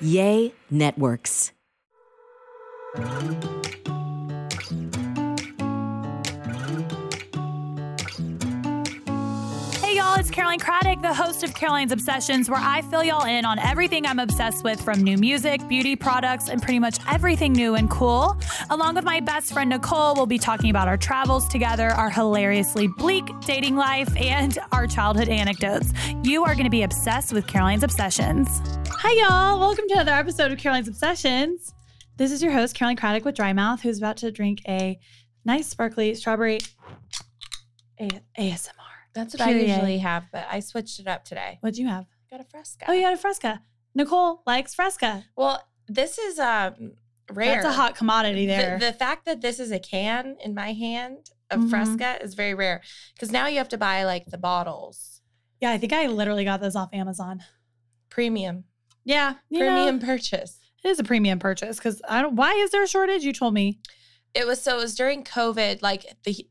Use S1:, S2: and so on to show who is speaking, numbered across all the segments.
S1: Yay Networks.
S2: Hey y'all, it's Caroline Craddock, the host of Caroline's Obsessions, where I fill y'all in on everything I'm obsessed with from new music, beauty products, and pretty much everything new and cool. Along with my best friend Nicole, we'll be talking about our travels together, our hilariously bleak dating life, and our childhood anecdotes. You are going to be obsessed with Caroline's Obsessions.
S3: Hi, y'all. Welcome to another episode of Caroline's Obsessions. This is your host, Caroline Craddock with Dry Mouth, who's about to drink a nice sparkly strawberry a- ASMR.
S4: That's what
S3: Period.
S4: I usually have, but I switched it up today.
S3: What do you have?
S4: Got a fresca.
S3: Oh, you got a fresca. Nicole likes fresca.
S4: Well, this is um rare.
S3: That's a hot commodity there.
S4: The, the fact that this is a can in my hand of
S3: Mhm.
S4: fresca is very rare because now you have to buy like the bottles,
S3: yeah, I think I literally got those off Amazon.
S4: premium,
S3: Yeah, you know,
S4: premium purchase.
S3: it is a premium purchase because I don't. Why is there a shortage? You told me.
S4: It was so it was during COVID, like the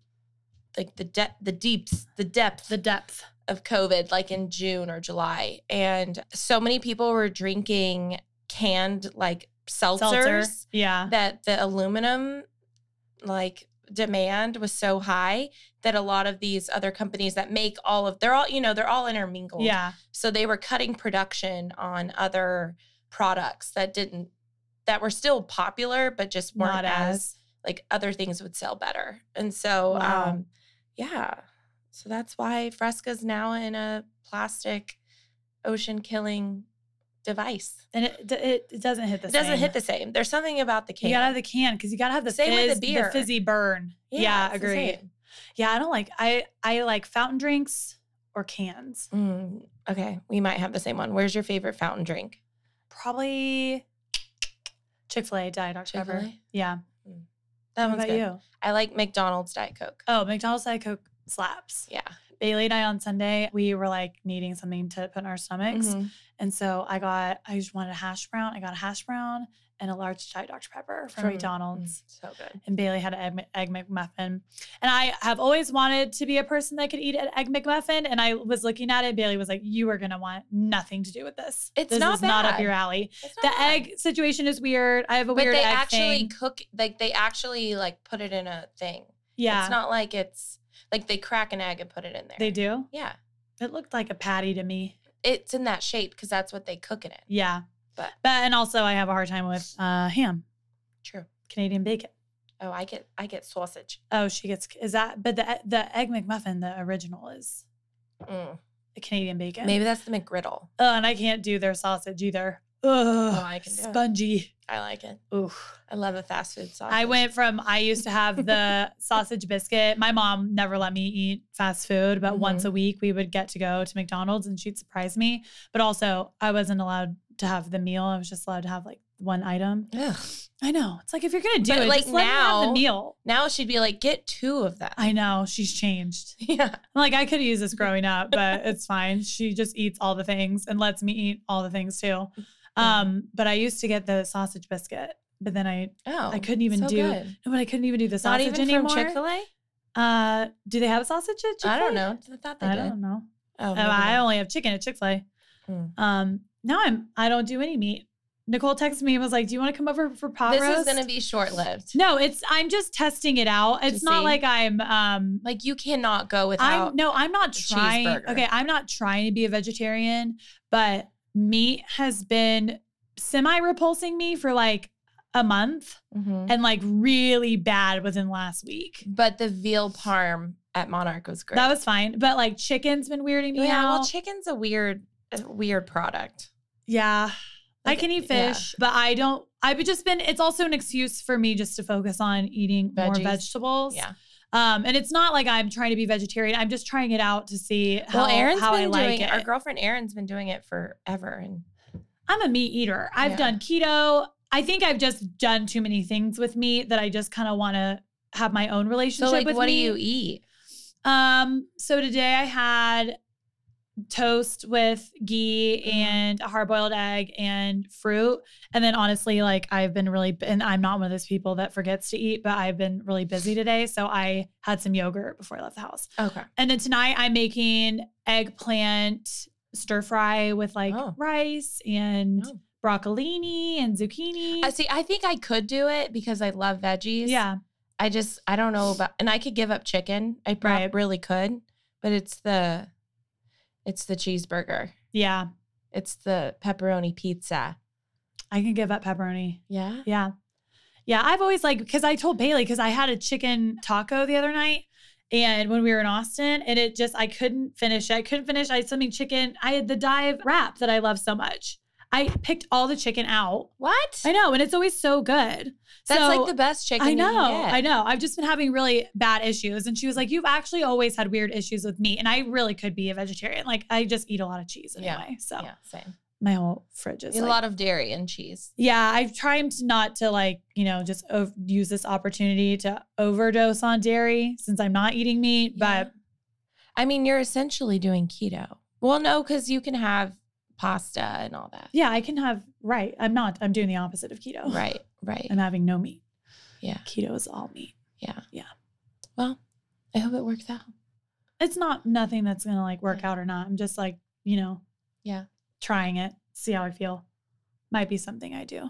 S4: like the depth, the deeps, the depth,
S3: The depth.
S4: of COVID, like in June or July. And so many people were drinking canned like seltzers
S3: Seltzer. Yeah.
S4: that the aluminum like demand was so high that a lot of these other companies that make all of they're all, you know, they're all intermingled.
S3: Yeah.
S4: So they were cutting production on other products that didn't that were still popular but just weren't
S3: Not
S4: as,
S3: as.
S4: like other things would sell better. And so
S3: Wow.
S4: um yeah. So that's why Fresca's now in a plastic ocean killing device.
S3: And it, it, it doesn't hit the
S4: It doesn't
S3: same.
S4: hit the same. There's something about the can.
S3: You gotta have the can because you gotta have the
S4: Same with the
S3: fizz-
S4: beer.
S3: fizzy burn. Yeah,
S4: it's the
S3: agreed.
S4: same.
S3: Yeah, I don't like I I like fountain drinks or cans.
S4: Mm, okay, we might have the same one. Where's your favorite fountain drink?
S3: Probably Chick Fil A Diet Dr Pepper.
S4: Chick-fil-A?
S3: Yeah,
S4: That
S3: what
S4: one's
S3: about
S4: good.
S3: you?
S4: I like McDonald's Diet Coke.
S3: Oh, McDonald's Diet Coke slaps.
S4: Yeah.
S3: Bailey and I on Sunday we were like needing something to put in our stomachs,
S4: Mhm.
S3: and so I got I just wanted a hash brown. I got a hash brown and a large Diet Dr Pepper from
S4: From- Mm.
S3: McDonald's.
S4: So good.
S3: and Bailey had an egg, Mc- egg McMuffin. And I have always wanted to be a person that could eat an egg McMuffin. And I was looking at it. Bailey was like, "You are gonna want nothing to do with this.
S4: It's
S3: this
S4: not
S3: is not up
S4: bad.
S3: your alley."
S4: It's
S3: The
S4: not bad.
S3: egg situation is weird. I have a
S4: but
S3: weird
S4: they
S3: egg
S4: actually
S3: thing.
S4: cook like they actually like put it in a thing.
S3: Yeah,
S4: It's not like it's like they crack an egg and put it in there.
S3: they do.
S4: Yeah.
S3: It looked like a patty to me.
S4: It's in that shape because that's what they cook it in.
S3: Yeah,
S4: But-
S3: but and also I have a hard time with uh, ham,
S4: True.
S3: Canadian bacon.
S4: Oh, I get I get sausage.
S3: Oh, she gets is that? But the the egg McMuffin, the original is
S4: Mm.
S3: the Canadian bacon.
S4: Maybe that's the McGriddle.
S3: Oh, and I can't do their sausage either. Ugh,
S4: Oh, I can do it.
S3: spongy.
S4: I like it.
S3: Ooh.
S4: I love a fast food sausage.
S3: I went from I used to have the sausage biscuit. My mom never let me eat fast food,
S4: Mm-hmm.
S3: but once a week we would get to go to McDonald's and she'd surprise me. But also, I wasn't allowed to have the meal. I was just allowed to have like one item.
S4: Ugh.
S3: I know. It's like if you're gonna do
S4: But,
S3: it,
S4: like,
S3: just let me have the
S4: now-
S3: meal.
S4: Now she'd be like, get two of them.
S3: I know she's changed.
S4: yeah.
S3: I'm like I could use this growing up, but it's fine. She just eats all the things and lets me eat all the things too. Um, but I used to get the sausage biscuit, but then I
S4: Oh,
S3: I couldn't even
S4: so
S3: do-
S4: good.
S3: no, but I couldn't even do the
S4: Not
S3: sausage
S4: even
S3: anymore.
S4: from Chick Fil A.
S3: Uh, do they have a sausage at Chick Fil A?
S4: I don't know. I thought they
S3: I
S4: did.
S3: don't know.
S4: Oh,
S3: Oh,
S4: maybe
S3: I
S4: not.
S3: only have chicken at Chick Fil A.
S4: Mm.
S3: Um, now I'm I don't do any meat. Nicole texted me and was like, "Do you want to come over for pot
S4: This
S3: roast?"
S4: is gonna be short lived.
S3: no, it's I'm just testing it out. It's
S4: You
S3: not
S4: see?
S3: like I'm um
S4: Like you cannot go without.
S3: I'm no I'm not
S4: a
S3: trying.
S4: cheeseburger.
S3: Okay, I'm not trying to be a vegetarian, but meat has been semi repulsing me for like a month
S4: Mhm.
S3: and like really bad within last week.
S4: But the veal parm at Monarch was great.
S3: That was fine, but like chicken's been weirding me
S4: yeah.
S3: out.
S4: Well, chicken's a weird, a weird product.
S3: Yeah. I
S4: Like,
S3: can eat
S4: yeah.
S3: fish, but I don't. I've just been, it's also an excuse for me just to focus on eating more
S4: Veggies.
S3: vegetables.
S4: Yeah.
S3: Um, and it's not like I'm trying to be vegetarian. I'm just trying it out to see how,
S4: well, Aaron's
S3: how
S4: been
S3: I like
S4: doing
S3: it.
S4: Our girlfriend Erin's been doing it forever, and
S3: I'm a meat eater. I've
S4: Yeah.
S3: done keto. I think I've just done too many things with meat that I just kind of want to have my own relationship
S4: so like,
S3: with
S4: what
S3: meat.
S4: do you e eat?
S3: Um, so today I had toast with ghee
S4: Mhm.
S3: and a hard boiled egg and fruit. And then honestly, like I've been really bu- and I'm not one of those people that forgets to eat, but I've been really busy today. So I had some yogurt before I left the house.
S4: Okay,
S3: And then tonight I'm making eggplant stir fry with like
S4: Oh.
S3: rice and
S4: Oh.
S3: broccolini and zucchini.
S4: I see. I think I could do it because I love veggies.
S3: yeah.
S4: I just I don't know about, and I could give up chicken. I probably
S3: Right.
S4: really could, but it's the, it's the cheeseburger.
S3: Yeah.
S4: It's the pepperoni pizza.
S3: I can give up pepperoni.
S4: Yeah.
S3: Yeah. Yeah. I've always like, because I told Bailey, because I had a chicken taco the other night. And when we were in Austin, and it just, I couldn't finish it. I couldn't finish. I had something chicken. I had the dive wrap that I love so much. I picked all the chicken out.
S4: What?
S3: I know. And it's always so good.
S4: That's
S3: So-
S4: like the best chicken.
S3: I know.
S4: You can get.
S3: I know. I've just been having really bad issues. And she was like, You've actually always had weird issues with meat. And I really could be a vegetarian. Like, I just eat a lot of cheese
S4: Yeah.
S3: anyway. So
S4: Yeah, same.
S3: my whole fridge is
S4: Eat a
S3: like-
S4: lot of dairy and cheese.
S3: yeah, I've tried to not to like, you know, just ov- use this opportunity to overdose on dairy since I'm not eating meat.
S4: Yeah. I mean, you're essentially doing keto. Well, no, because you can have pasta and all that.
S3: But yeah, I can have, right. I'm not, I'm doing the opposite of keto.
S4: Right, right.
S3: I'm having no meat.
S4: Yeah.
S3: Keto is all meat.
S4: Yeah.
S3: Yeah.
S4: Well, I hope it works out.
S3: It's not nothing that's going to like work out or not. I'm just like, you know,
S4: Yeah.
S3: trying it, see how I feel. Might be something I do.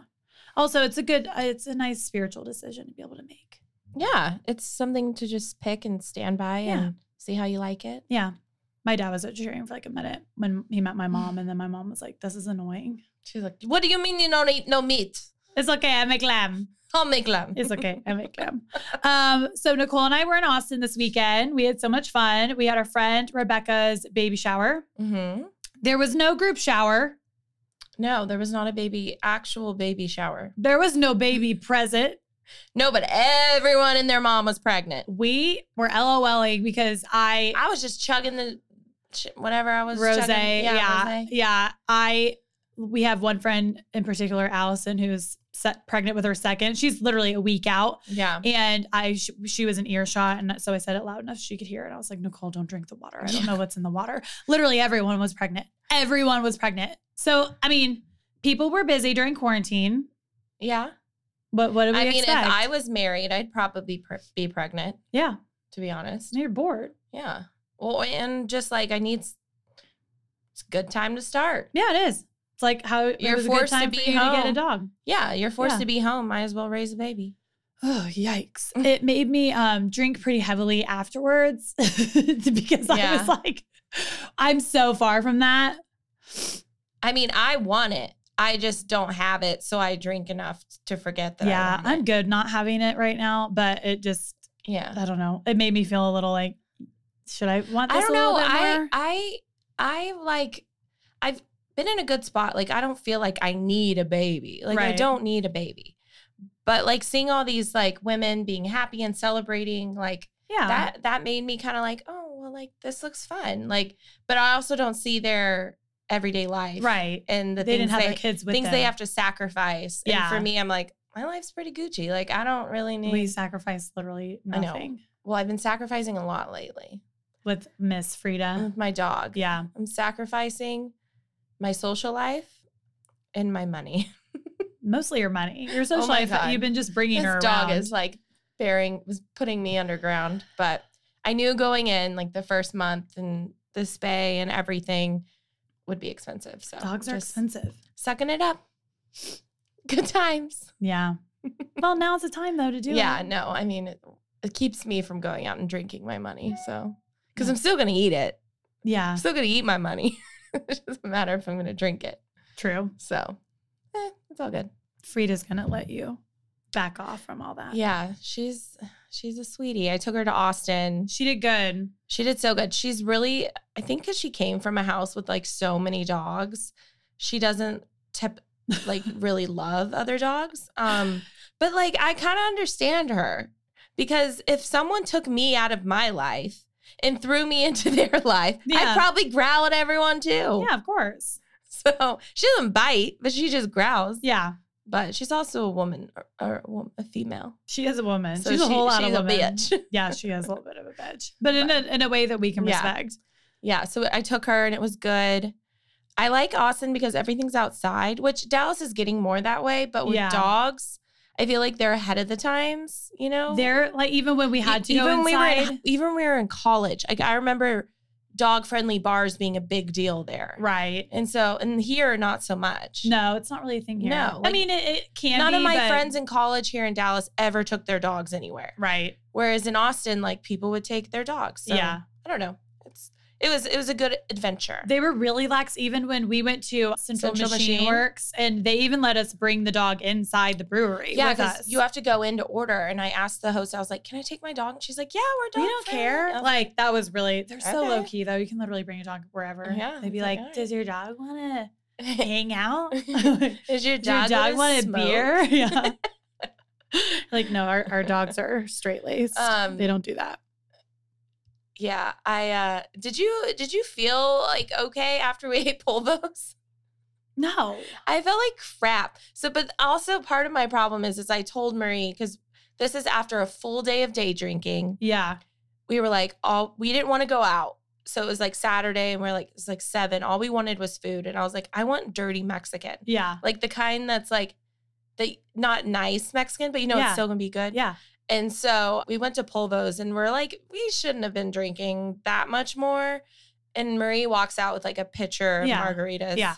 S3: Also, it's a good, uh, it's a nice spiritual decision to be able to make.
S4: Yeah. It's something to just pick and stand by
S3: Yeah.
S4: and see how you like it.
S3: Yeah. My dad was vegetarian for like a minute when he met my mom. And then my mom was like, this is annoying.
S4: She's like, What do you mean you don't eat no meat?
S3: It's okay. I make lamb.
S4: I'll make lamb.
S3: It's okay. I make lamb. Um, so Nicole and I were in Austin this weekend. We had so much fun. We had our friend Rebecca's baby shower.
S4: hmm
S3: There was no group shower.
S4: No, there was not a baby, actual baby shower.
S3: There was no baby present.
S4: No, but everyone and their mom was pregnant.
S3: We were LOLing E because I
S4: I was just chugging the sh- whatever I was
S3: Rose.
S4: chugging.
S3: yeah, yeah,
S4: rosé.
S3: I we have one friend in particular, Allison, who's set, pregnant with her second. She's literally a week out.
S4: Yeah.
S3: And I, sh- she was an earshot, and so I said it loud enough she could hear it. I was like, Nicole, don't drink the water. I don't know what's in the water. Literally, everyone was pregnant. Everyone was pregnant. So, I mean, people were busy during quarantine.
S4: Yeah.
S3: But what do we
S4: I mean,
S3: expect?
S4: if I was married, I'd probably pre- be pregnant,
S3: yeah,
S4: to be honest.
S3: you're bored.
S4: Yeah. Well, and just like I need, s- it's a good time to start.
S3: Yeah, it is. It's like how it
S4: You're
S3: was
S4: forced
S3: a
S4: to
S3: good time
S4: be
S3: for you to get a
S4: home.
S3: dog.
S4: Yeah. You're forced
S3: Yeah.
S4: to be home. Might as well raise a baby.
S3: Oh yikes! It made me um, drink pretty heavily afterwards because I
S4: Yeah.
S3: was like, I'm so far from that.
S4: I mean, I want it. I just don't have it. So I drink enough to forget that. I
S3: yeah,
S4: want it.
S3: I'm good not having it right now, but it just
S4: Yeah.
S3: I don't know. It made me feel a little like, should I want
S4: I
S3: this
S4: don't
S3: a
S4: know.
S3: little bit
S4: I
S3: more?
S4: I I like I've been in a good spot. Like I don't feel like I need a baby. Like I
S3: Right.
S4: don't need a baby. But like seeing all these like women being happy and celebrating like
S3: yeah,
S4: that that made me kind of like, oh, well like this looks fun. Like but I also don't see their everyday life.
S3: right.
S4: And the
S3: they didn't
S4: things
S3: have
S4: they
S3: their kids with
S4: things
S3: them.
S4: they have to sacrifice. And
S3: Yeah.
S4: for me I'm like, my life's pretty Gucci. Like I don't really need
S3: We sacrificed literally
S4: I know.
S3: nothing
S4: well, I've been sacrificing a lot lately
S3: with Miss Frida.
S4: with my dog.
S3: Yeah,
S4: I'm sacrificing my social life and my money.
S3: mostly your money, your social
S4: Oh my
S3: life.
S4: God.
S3: You've been just bringing
S4: This
S3: her
S4: dog
S3: around.
S4: is like burying was putting me underground, but I knew going in like the first month and the spay and everything would be expensive. So
S3: Dogs are
S4: just
S3: expensive.
S4: Sucking it up. Good times.
S3: Yeah. well, now's the time though to do
S4: yeah,
S3: it.
S4: no, I mean it, it keeps me from going out and drinking my money. So because I'm still gonna eat it.
S3: Yeah.
S4: I'm still gonna eat my money. it doesn't matter if I'm gonna drink it.
S3: True.
S4: So eh, it's all good.
S3: Frida's gonna let you back off from all that.
S4: Yeah, she's she's a sweetie. I took her to Austin.
S3: She did good.
S4: She did so good. She's really I think cuz she came from a house with like so many dogs, she doesn't tip like really love other dogs. Um but like I kind of understand her Because if someone took me out of my life and threw me into their life,
S3: Yeah.
S4: I'd probably growl at everyone too.
S3: Yeah, of course.
S4: So she doesn't bite, but she just growls.
S3: Yeah.
S4: But she's also a woman or, or a, wom- a female.
S3: She is a woman.
S4: So
S3: she's a
S4: she-
S3: whole lot
S4: she's
S3: of
S4: a
S3: woman.
S4: bitch.
S3: yeah, she is a little bit of a bitch, but in a in a way that we can
S4: Yeah.
S3: respect.
S4: Yeah. So I took her and it was good. I like Austin because everything's outside, which Dallas is getting more that way. But with
S3: Yeah.
S4: dogs, I feel like they're ahead of the times, you know?
S3: There, like even when we
S4: E-
S3: had to
S4: Oh. even
S3: go
S4: we were
S3: inside,
S4: in, even we were in college. Like I remember dog friendly bars being a big deal there.
S3: right?
S4: And so and here not so much.
S3: No, it's not really a thing here.
S4: No,
S3: I
S4: like,
S3: mean it, it can.
S4: None
S3: be,
S4: of my
S3: but-
S4: friends in college here in Dallas ever took their dogs anywhere.
S3: Right.
S4: Whereas in Austin, like people would take their dogs. So,
S3: Yeah.
S4: I don't know. It's it was it was a good adventure.
S3: They were really lax even when we went to Central,
S4: Central
S3: Machine,
S4: Machine.
S3: Works and they even let us bring the dog inside the brewery.
S4: Yeah,
S3: with
S4: because
S3: us.
S4: you have to go in to order. And I asked the host, I was like, "Can I take my dog?" And she's like, "Yeah, we're
S3: we
S4: dog.
S3: don't
S4: friendly." I
S3: care.
S4: was
S3: Like that was really they're so
S4: Oh. Okay.
S3: low key though. You can literally bring a dog wherever.
S4: Yeah,
S3: They'd be
S4: it's
S3: like,
S4: like, all right.
S3: Does your dog wanna hang out?
S4: is your
S3: Does your
S4: dog,
S3: dog
S4: want
S3: want
S4: to
S3: a
S4: smoke?
S3: beer? Yeah. like, no, our, our dogs are straight laced.
S4: Um,
S3: they don't do that.
S4: Yeah, I uh did you did you feel like okay after we ate polvos?
S3: No.
S4: I felt like crap. So but also part of my problem is is I told Marie cuz this is after a full day of day drinking.
S3: Yeah.
S4: We were like all we didn't want to go out. So it was like Saturday and we're like it's like 7. All we wanted was food and I was like I want dirty Mexican.
S3: Yeah.
S4: Like the kind that's like the not nice Mexican, but you know
S3: Yeah.
S4: it's still going to be good.
S3: Yeah.
S4: And so we went to Polvo's and we're like, we shouldn't have been drinking that much more. And Marie walks out with like a pitcher
S3: Yeah.
S4: of margaritas.
S3: Yeah.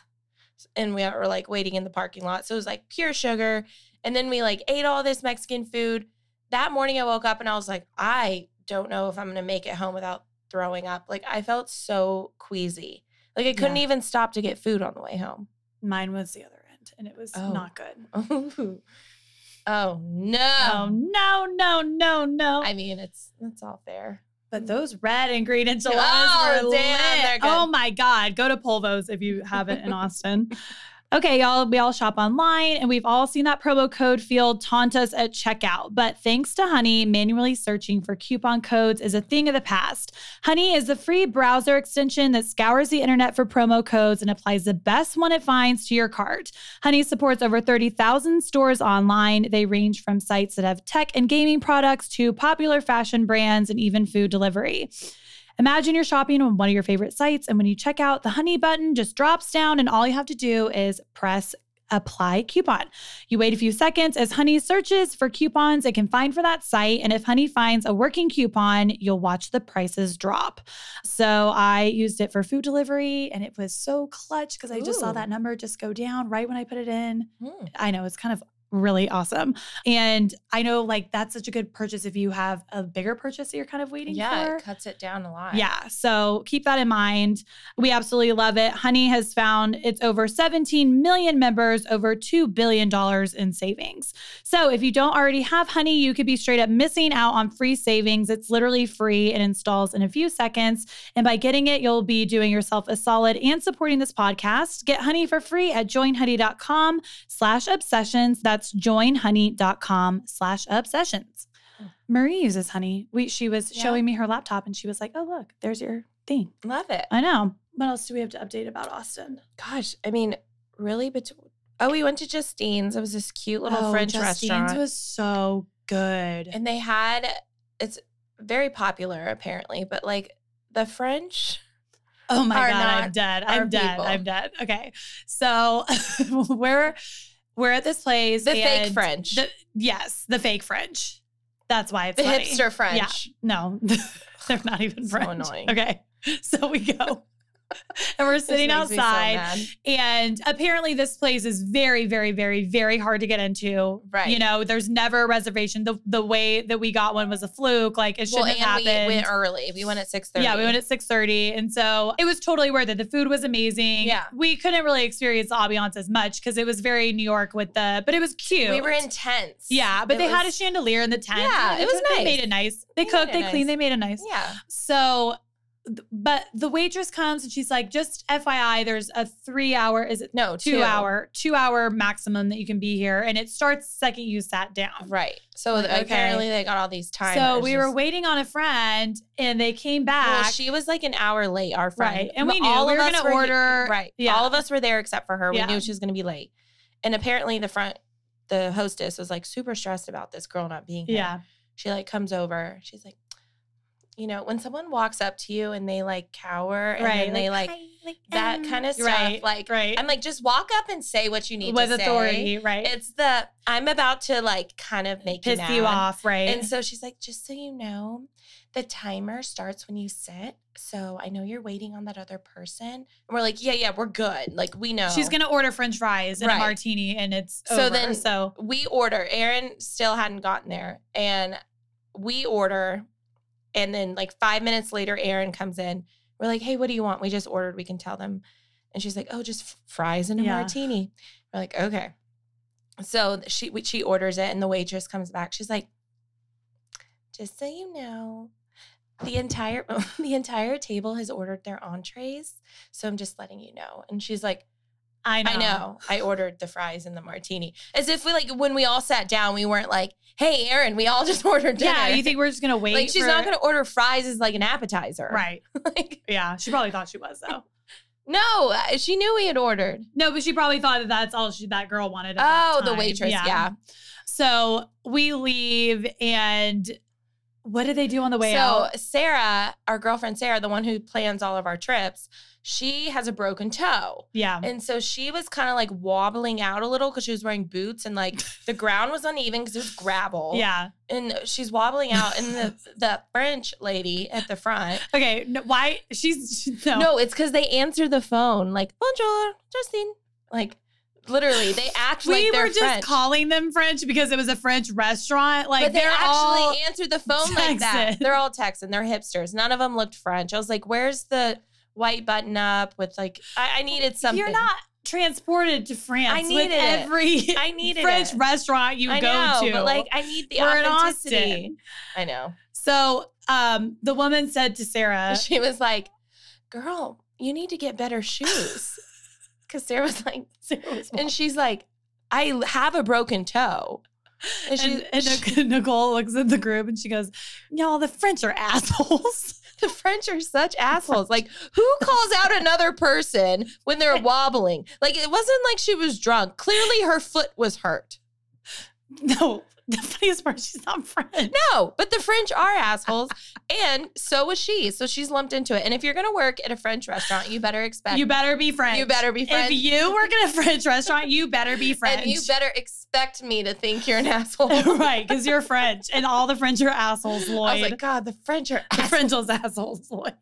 S4: And we were like waiting in the parking lot. So it was like pure sugar. And then we like ate all this Mexican food. That morning I woke up and I was like, I don't know if I'm going to make it home without throwing up. Like I felt so queasy. Like I couldn't
S3: Yeah.
S4: even stop to get food on the way home.
S3: Mine was the other end and it was
S4: Oh.
S3: not good.
S4: oh Um,
S3: Oh,
S4: no.
S3: no, no, no, no.
S4: I mean, it's it's all fair.
S3: but those red and green enchiladas
S4: Oh,
S3: were
S4: damn,
S3: lit.
S4: they're good.
S3: Oh my God. Go to Polvo's if you haven't in Austin. Okay, y'all, we all shop online and we've all seen that promo code field taunt us at checkout. But thanks to Honey, manually searching for coupon codes is a thing of the past. Honey is the free browser extension that scours the internet for promo codes and applies the best one it finds to your cart. Honey supports over 30,000 stores online. They range from sites that have tech and gaming products to popular fashion brands and even food delivery. Imagine you're shopping on one of your favorite sites, and when you check out, the honey button just drops down, and all you have to do is press apply coupon. You wait a few seconds as Honey searches for coupons it can find for that site. And if Honey finds a working coupon, you'll watch the prices drop. So I used it for food delivery, and it was so clutch because I just saw
S4: Ooh.
S3: that number just go down right when I put it in.
S4: Hmm.
S3: I know it's kind of really awesome. And I know like that's such a good purchase if you have a bigger purchase that you're kind of waiting
S4: yeah,
S3: for.
S4: it cuts it down a lot.
S3: Yeah. So keep that in mind. We absolutely love it. Honey has found it's over 17 million members, over $2 billion in savings. So if you don't already have Honey, you could be straight up missing out on free savings. It's literally free and installs in a few seconds. And by getting it, you'll be doing yourself a solid and supporting this podcast. Get Honey for free at joinhoney.com slash obsessions. That's joinhoney.com slash obsessions. Marie uses honey. We she was
S4: Yeah.
S3: showing me her laptop and she was like, "Oh look, there's your thing."
S4: Love it.
S3: I know. What else do we have to update about Austin?
S4: Gosh, I mean, really bet Oh, we went to Justine's. It was this cute little
S3: oh,
S4: French
S3: Justine's
S4: restaurant.
S3: was so good.
S4: and they had it's very popular apparently, but like the French
S3: Oh my
S4: are
S3: god, I'm
S4: not
S3: dead.
S4: our
S3: I'm dead.
S4: people.
S3: I'm dead. Okay. So we're we're at this place.
S4: The fake
S3: and
S4: French.
S3: the- yes, the fake French. That's why it's
S4: the
S3: funny.
S4: hipster French.
S3: Yeah. No, they're not even
S4: So
S3: French.
S4: annoying.
S3: Okay. So we go. and we're
S4: This
S3: sitting
S4: makes me so
S3: outside.
S4: mad.
S3: And apparently, this place is very, very, very, very hard to get into.
S4: Right.
S3: You know, there's never a reservation. The the way that we got one was a fluke. Like it
S4: Well,
S3: shouldn't
S4: and
S3: have
S4: we
S3: happened.
S4: went early. We went at six thirty.
S3: yeah, we went at six thirty, and so it was totally worth it. The food was amazing.
S4: Yeah.
S3: we couldn't really experience the ambiance as much because it was very New York with the, but it was cute.
S4: We were in tents.
S3: Yeah, but
S4: It
S3: they had a
S4: was-
S3: chandelier in the tent.
S4: Yeah, it was
S3: They
S4: nice.
S3: made it nice. They,
S4: They made
S3: cooked.
S4: it
S3: They cleaned.
S4: nice.
S3: They made it nice.
S4: Yeah.
S3: So but the waitress comes and she's like, just FYI, there's a three hour, is it
S4: No,
S3: two, hour, two hour maximum that you can be here. And it starts second you sat down.
S4: Right. So
S3: Like, okay.
S4: apparently they got all these timers.
S3: So we were
S4: Just-
S3: waiting on a friend and they came back.
S4: Well, she was like an hour late, our friend.
S3: Right, and we knew
S4: all
S3: we
S4: of
S3: were
S4: us
S3: gonna order-
S4: Right.
S3: yeah.
S4: All of us were there except for her.
S3: Yeah.
S4: We knew she was going to be late. And apparently the front, the hostess was like super stressed about this girl not being here.
S3: yeah.
S4: She like comes over. She's like, you know, when someone walks up to you and they like cower and
S3: Right,
S4: then they like that kind of stuff.
S3: right,
S4: Like,
S3: right.
S4: I'm like, just walk up and say what you need
S3: With
S4: to say.
S3: authority, right?
S4: It's the I'm about to like kind of make
S3: Piss
S4: mad.
S3: you off, right?
S4: And so she's like, just so you know, the timer starts when you sit. So I know you're waiting on that other person. And we're like, yeah, yeah, we're good. Like we know.
S3: She's gonna order French fries and a
S4: Right.
S3: martini, and it's
S4: So
S3: over.
S4: then-
S3: so
S4: we order. Aaron still hadn't gotten there. And we order. And then like five minutes later, Aaron comes in. We're like, hey, what do you want? We just ordered. We can tell them. And she's like, oh, just f- fries and a
S3: Yeah.
S4: martini. We're like, okay. So th- she we- she orders it, and the waitress comes back. She's like, just so you know, the entire the entire table has ordered their entrees. So I'm just letting you know. And she's like,
S3: I know,
S4: I know. I ordered the fries and the martini. As if we like when we all sat down, we weren't like, "Hey, Aaron, we all just ordered dinner."
S3: Yeah, you think we're just gonna wait?
S4: like she's
S3: for-
S4: not going to order fries as like an appetizer,
S3: right?
S4: Like,
S3: Yeah, she probably thought she was though.
S4: no, uh, she knew we had ordered.
S3: no, but she probably thought that that's all she that girl wanted. at that
S4: Oh, the
S3: time.
S4: waitress. Yeah.
S3: So we leave, and what did they do on the way
S4: so
S3: out?
S4: Sarah, our girlfriend Sarah, the one who plans all of our trips, she has a broken toe.
S3: Yeah,
S4: And so she was kind of like wobbling out a little because she was wearing boots and like the ground was uneven because it was gravel.
S3: yeah.
S4: And she's wobbling out. And the, the French lady at the front
S3: Okay, no, why she's she, no.
S4: No, it's because they answer the phone like "Bonjour, Justin." Like literally, they act
S3: we
S4: like they're
S3: were just
S4: French,
S3: calling them French because it was a French restaurant. Like
S4: but they
S3: are
S4: actually
S3: all
S4: answer the phone like that.
S3: Texan.
S4: They're all Texan. They're hipsters. None of them looked French. I was like, "Where's the white button up with like?" I, I needed something.
S3: You're not transported to France.
S4: I
S3: with
S4: needed it.
S3: every
S4: I needed
S3: French
S4: it.
S3: restaurant you
S4: I
S3: go
S4: know,
S3: to.
S4: but like, I need the
S3: We're in
S4: authenticity.
S3: Austin.
S4: I know.
S3: So um, the woman said to Sarah,
S4: She was like, "Girl, you need to get better shoes." Because Sarah was like,
S3: Sarah was
S4: and she's like, "I have a broken toe." And, she,
S3: and, and Nic- Nicole looks at the group and she goes, "Y'all, the French are assholes."
S4: The French are such assholes. Like, who calls out another person when they're wobbling? Like, it wasn't like she was drunk. Clearly, her foot was hurt.
S3: no, the funniest part, she's not French.
S4: No, but the French are assholes. And so was she. So she's lumped into it. And if you're going to work at a French restaurant, you better expect.
S3: You better be French.
S4: You better be French.
S3: If you work in a French restaurant, you better be French.
S4: And you better expect me to think you're an asshole.
S3: right, because you're French, and all the French are assholes, Lloyd.
S4: I was like, God, the French are.
S3: the French are assholes, Lloyd.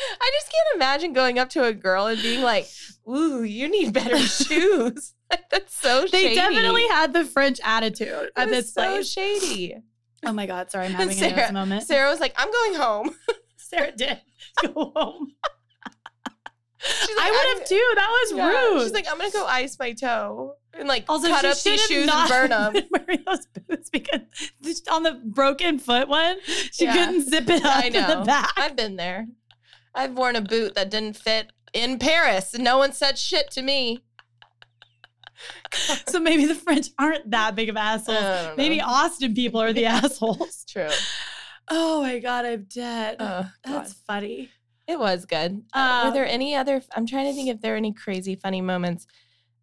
S4: I just can't imagine going up to a girl and being like, "Ooh, you need better shoes." Like that's so.
S3: They
S4: shady.
S3: definitely had the French attitude
S4: It
S3: at
S4: was
S3: this
S4: so
S3: place.
S4: shady.
S3: Oh my God, sorry, I'm
S4: And
S3: having a nose moment.
S4: Sarah was like, I'm going home.
S3: Sarah did go home.
S4: She's like,
S3: I would
S4: "I'm-
S3: have too. That was
S4: Yeah.
S3: rude.
S4: She's like, I'm gonna go ice my toe and like
S3: also,
S4: cut
S3: she
S4: up
S3: should
S4: these
S3: have
S4: shoes
S3: not
S4: and burn them.
S3: been wearing those boots because this- on the broken foot one, she
S4: Yeah.
S3: couldn't zip it up
S4: I
S3: in
S4: know.
S3: the back.
S4: I've been there. I've worn a boot that didn't fit in Paris, and no one said shit to me.
S3: so maybe the French aren't that big of assholes.
S4: I don't
S3: maybe
S4: know.
S3: Austin people are the assholes.
S4: It's true.
S3: Oh my God, I'm dead.
S4: Oh,
S3: That's
S4: God.
S3: funny.
S4: It was good.
S3: Um,
S4: Were there any other? I'm trying to think if there are any crazy funny moments.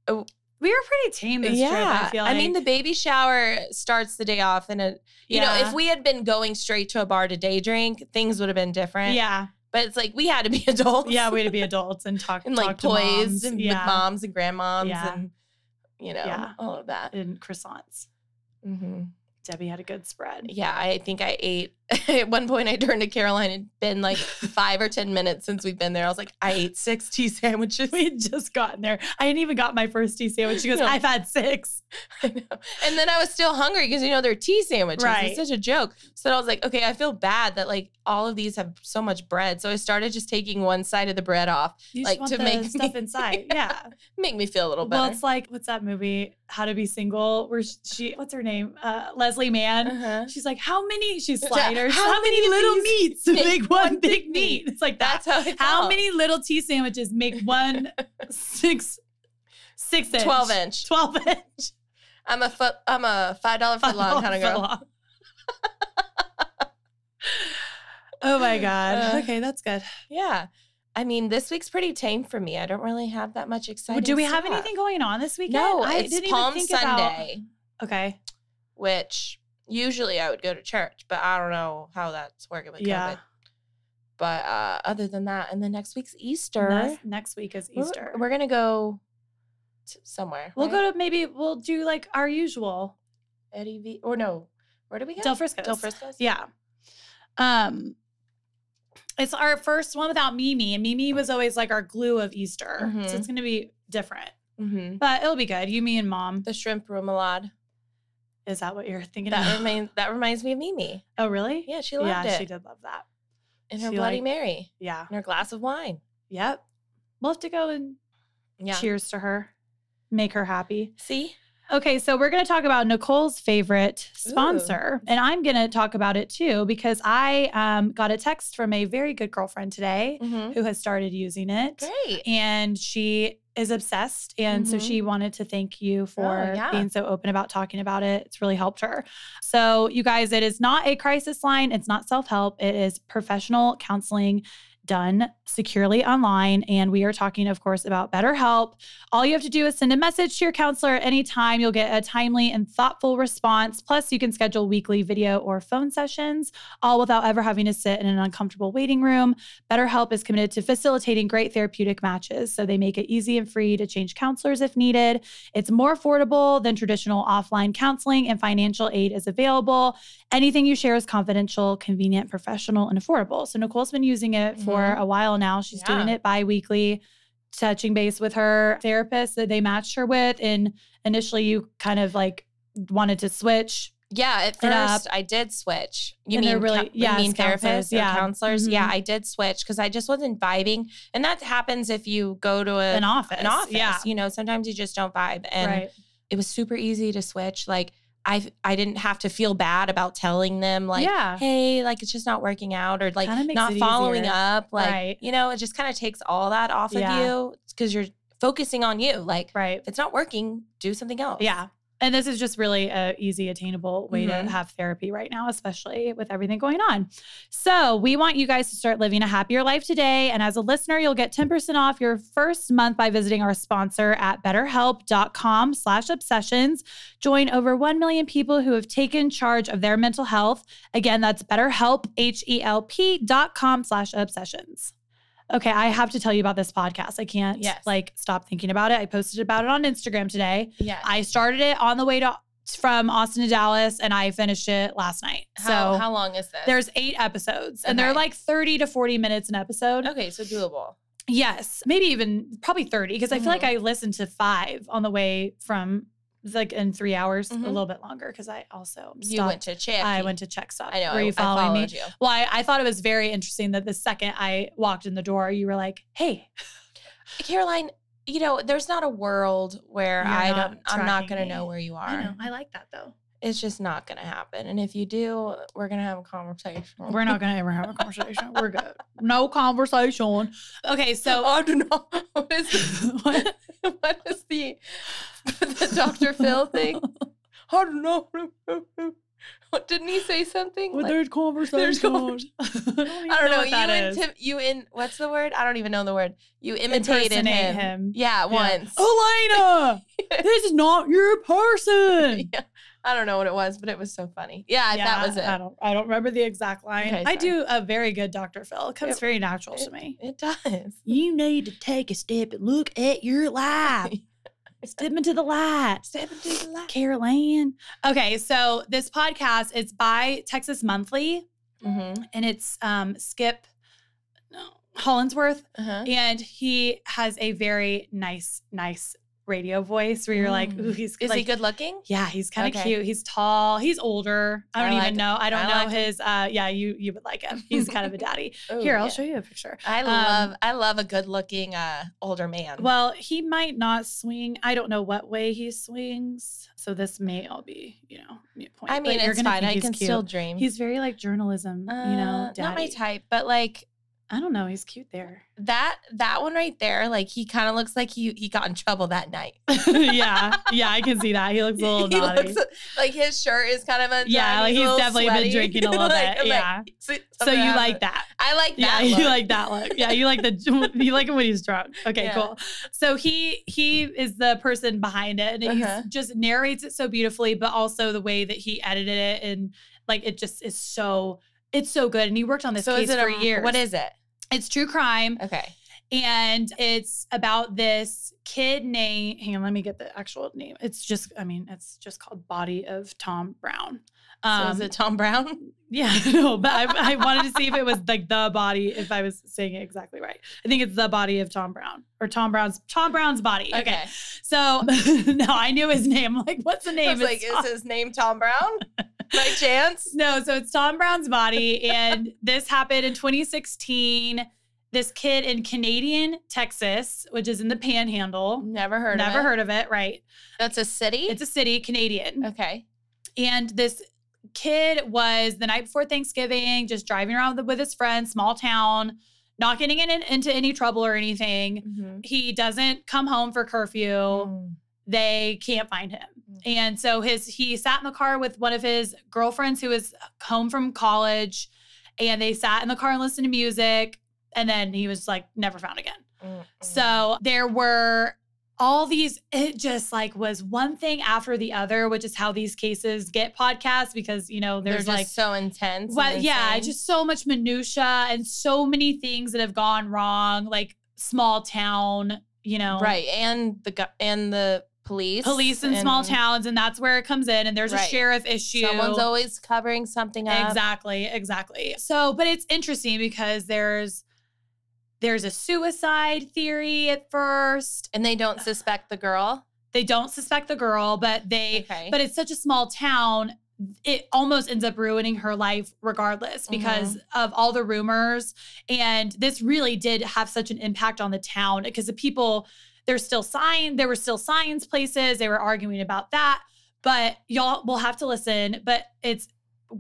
S3: We were pretty tame this trip. I feel like.
S4: mean, the baby shower starts the day off, and it, you know,
S3: Yeah.
S4: if we had been going straight to a bar to day drink, things would have been different.
S3: yeah,
S4: But it's like we had to be adults.
S3: yeah, we had to be adults and talk
S4: and
S3: talk
S4: like
S3: to moms.
S4: poised and
S3: yeah.
S4: with moms and grandmoms
S3: Yeah.
S4: and you know
S3: Yeah.
S4: all of that.
S3: and croissants.
S4: hmm
S3: Debbie had a good spread.
S4: Yeah, I think I ate at one point. I turned to Caroline. It'd been like five or ten minutes since we've been there. I was like, I ate six cheese sandwiches.
S3: We had just gotten there. I hadn't even got my first tea sandwich. She goes,
S4: No.
S3: I've had six.
S4: I know. And then I was still hungry because you know they're tea sandwiches.
S3: Right.
S4: It's such a joke. So I was like, okay, I feel bad that like all of these have so much bread. So I started just taking one side of the bread off,
S3: You
S4: Like, to make me-
S3: stuff inside. Yeah.
S4: make me feel a little
S3: Well,
S4: better.
S3: it's like what's that movie? How to Be Single? Where she, what's her name? Uh, Leslie Mann.
S4: Uh-huh.
S3: She's like, how many? She's sliding there's
S4: How
S3: how many,
S4: many of
S3: little
S4: these
S3: meats to
S4: make
S3: make one big meat. It's like that.
S4: That's how it
S3: How
S4: felt.
S3: many little tea sandwiches make one six six inch?
S4: 12 inch.
S3: Twelve inch.
S4: I'm a foot, I'm a five dollar foot long kind of girl.
S3: oh my god.
S4: Uh,
S3: okay, that's good.
S4: Yeah. I mean, this week's pretty tame for me. I don't really have that much exciting.
S3: Do we have
S4: stuff.
S3: anything going on this weekend?
S4: No,
S3: I
S4: it's
S3: didn't
S4: Palm
S3: even think
S4: Sunday,
S3: about. Okay.
S4: which usually I would go to church, but I don't know how that's working with
S3: Yeah.
S4: COVID. But uh, other than that, and then next week's Easter.
S3: Next, next week is
S4: We're-
S3: Easter.
S4: We're, gonna go to somewhere.
S3: we'll go to maybe we'll do like our usual
S4: to Eddie V. Or no, where do we go?
S3: Del Frisco's.
S4: Del Frisco's.
S3: Yeah. Um it's our first one without Mimi, and Mimi was always like our glue of Easter.
S4: Mm-hmm.
S3: So it's gonna be different.
S4: hmm
S3: But it'll be good. You, me, and mom.
S4: The shrimp remoulade.
S3: Is that what you're thinking
S4: That
S3: about?
S4: reminds that reminds me of Mimi.
S3: oh, really?
S4: Yeah, she loved
S3: yeah,
S4: it.
S3: she did love that.
S4: And her
S3: she
S4: Bloody
S3: liked-
S4: Mary.
S3: Yeah.
S4: And her glass of wine.
S3: Yep. We'll have to go and
S4: Yeah.
S3: cheers to her. Make her happy.
S4: See?
S3: Okay, so we're going to talk about Nicole's favorite sponsor, and I'm going to talk about it too because I um, got a text from a very good girlfriend today
S4: Mm-hmm.
S3: who has started using it,
S4: Great.
S3: and she is obsessed. And so
S4: Mhm.
S3: she wanted to thank you for
S4: yeah.
S3: being so open about talking about it. It's really helped her. So, you guys, it is not a crisis line, it's not self help, it is professional counseling. Done securely online. And we are talking, of course, about BetterHelp. All you have to do is send a message to your counselor at any time. You'll get a timely and thoughtful response. Plus, you can schedule weekly video or phone sessions, all without ever having to sit in an uncomfortable waiting room. BetterHelp is committed to facilitating great therapeutic matches, so they make it easy and free to change counselors if needed. It's more affordable than traditional offline counseling, and financial aid is available. Anything you share is confidential, convenient, professional, and affordable. So, Nicole's been using it for
S4: Mhm.
S3: a while now. She's doing
S4: Yeah.
S3: it bi weekly touching base with her therapist that they matched her with. And initially, you kind of like wanted to switch.
S4: Yeah, at
S3: it up.
S4: first I did switch. You
S3: And they're
S4: mean
S3: really-
S4: really,
S3: yeah,
S4: you mean
S3: it's counselors,
S4: therapists
S3: yeah.
S4: or counselors? Yeah,
S3: Mhm.
S4: I did switch because I just wasn't vibing, and that happens if you go to a,
S3: An office.
S4: an office.
S3: Yeah.
S4: You know, sometimes you just don't vibe, and
S3: right.
S4: it was super easy to switch. Like I, I didn't have to feel bad about telling them like,
S3: yeah.
S4: hey, like it's just not working out, or like
S3: Kinda makes
S4: not
S3: it
S4: following
S3: easier.
S4: up. Like
S3: Right.
S4: you know, it just kind of takes all that off
S3: Yeah.
S4: of you because you're focusing on you. Like
S3: Right.
S4: if it's not working, do something else.
S3: Yeah. And this is just really a easy, attainable way
S4: Mhm.
S3: to have therapy right now, especially with everything going on. So we want you guys to start living a happier life today. And as a listener, you'll get 10% off your first month by visiting our sponsor at betterhelp.com slash obsessions. Join over 1 million people who have taken charge of their mental health. Again, that's betterhelp, H-E-L-P dot com slash obsessions. Okay, I have to tell you about this podcast. I can't
S4: Yes.
S3: like stop thinking about it. I posted about it on Instagram today.
S4: yeah.
S3: I started it on the way to from Austin to Dallas, and I finished it last night.
S4: How,
S3: so
S4: how long is this?
S3: there's eight episodes, and they're
S4: Okay.
S3: like 30 to 40 minutes an episode.
S4: okay, so doable.
S3: Yes, maybe even probably 30 because I feel like
S4: Mm-hmm.
S3: I listened to five on the way from like in three hours,
S4: Mhm.
S3: a little bit longer because I also stopped.
S4: You went to check.
S3: I went to check stop.
S4: I know.
S3: Were
S4: I,
S3: you following
S4: I
S3: me?
S4: followed you.
S3: Well, I, I thought it was very interesting that the second I walked in the door, you were like, "Hey,
S4: Caroline, you know, there's not a world where
S3: You're
S4: I
S3: not
S4: don't. I'm not
S3: tracking
S4: going to
S3: me.
S4: know where you
S3: I know
S4: are.
S3: I like that though.
S4: It's just not going to happen. And if you do, we're going to have a conversation.
S3: We're not gonna ever have a conversation. We're good. No conversation. Okay, so
S4: I don't know. What is the, what is the the Dr. Phil thing? I don't know. What, didn't he say something?
S3: Well,
S4: Like-
S3: there's conversation.
S4: conversation.
S3: I don't, even
S4: I don't know.
S3: what that
S4: you
S3: is.
S4: intim- you in what's the word? I don't even know the word. You imitated him.
S3: Impersonate him.
S4: Yeah,
S3: Yeah. Oh,
S4: once.
S3: Elena, this is not your person.
S4: yeah. I don't know what it was, but it was so funny. Yeah, that was it.
S3: I don't. I don't remember the exact line.
S4: Okay,
S3: I
S4: sorry.
S3: do a very good Dr. Phil. It comes
S4: It-
S3: very natural to me.
S4: It does.
S3: You need to take a step and look at your life. step into the light.
S4: Step into the light.
S3: Caroline. Okay, so this podcast is by Texas Monthly,
S4: Mm-hmm.
S3: and it's um, Skip no, Hollinsworth
S4: Uh-huh.
S3: and he has a very nice nice radio voice where you're like,
S2: Mm.
S3: ooh, he's
S4: Is
S3: like,
S4: he good looking?
S3: Yeah, he's kind of
S4: Okay.
S3: cute. He's tall. He's older. I
S4: I
S3: don't
S4: like
S3: even
S4: him.
S3: know. I don't
S4: I
S3: know
S4: like him.
S3: his. Uh, yeah, you you would like him. He's kind of a daddy.
S4: Ooh,
S3: Here, I'll
S4: Oh, yeah.
S3: show you a picture.
S4: I
S3: Um,
S4: love I love a good looking uh older man.
S3: Well, he might not swing. I don't know what way he swings. So this may all be, you know, mute point.
S4: I mean,
S3: but you're
S4: it's
S3: gonna
S4: fine.
S3: think
S4: I
S3: he's
S4: can
S3: cute.
S4: still dream.
S3: He's very like journalism, you know,
S4: Uh, not my
S3: daddy.
S4: type, but like
S3: I don't know. He's cute there.
S4: that that one right there, like he kind of looks like he he got in trouble that night.
S3: yeah, yeah, I can see that. He looks a little
S4: he
S3: naughty.
S4: looks like his shirt is kind of undone.
S3: yeah, like
S4: a
S3: he's
S4: little
S3: definitely
S4: sweaty.
S3: been drinking a little
S4: Like,
S3: bit.
S4: I'm like,
S3: yeah.
S4: so
S3: so
S4: something
S3: you
S4: happened.
S3: like that.
S4: I like
S3: yeah,
S4: that.
S3: you
S4: look.
S3: like that look. Yeah, you like the you like him when he's drunk. Okay,
S4: Yeah.
S3: cool. So he he is the person behind it, and
S4: Uh-huh.
S3: he just narrates it so beautifully, but also the way that he edited it and like it just is so it's so good. And he worked on this
S4: So
S3: case
S4: is it
S3: for
S4: a,
S3: years.
S4: What is it?
S3: it's true crime,
S4: Okay.
S3: and it's about this kid named. Hang on, let me get the actual name. It's just I mean it's just called Body of Tom Brown. Um,
S4: so is it Tom Brown?
S3: Yeah, no, but I, I wanted to see if it was like the body, if I was saying it exactly right. I think it's the body of Tom Brown or Tom Brown's Tom Brown's body. Okay, so no, I knew his name. I'm Like, what's the
S4: I
S3: name?
S4: was
S3: It's
S4: like,
S3: Tom-
S4: is his name Tom Brown? By chance?
S3: no, so it's Tom Brown's body, and this happened in 2016. This kid in Canadian, Texas, which is in the Panhandle,
S4: Never heard
S3: never
S4: of it.
S3: heard of it. Right?
S4: That's a city?
S3: It's a city, Canadian.
S4: okay.
S3: and this kid was the night before Thanksgiving, just driving around with, with his friends, small town, not getting in, into any trouble or anything. He doesn't come home for curfew.
S4: Mm-hmm.
S3: They can't find him.
S4: Mm.
S3: And so his he sat in the car with one of his girlfriends who was home from college and they sat in the car and listened to music and then he was like never found again. So there were all these, it just like was one thing after the other, which is how these cases get podcasts because, you know,
S4: there's
S3: there's like,
S4: so intense. and
S3: well, yeah,
S4: insane.
S3: just so much minutia and so many things that have gone wrong, like small town, you know,
S4: right, and the gu- and the police,
S3: Police in small towns, and that's where it comes in. And there's a
S4: Right.
S3: sheriff issue.
S4: Someone's always covering something up.
S3: Exactly, exactly. So, but it's interesting because there's there's a suicide theory at first.
S4: and they don't suspect the girl.
S3: They don't suspect the girl, but they
S4: Okay,
S3: but it's such a small town it almost ends up ruining her life regardless because of all the rumors and this really did have such an impact on the town because the people there's still sign there were still science places they were arguing about that but y'all will have to listen but it's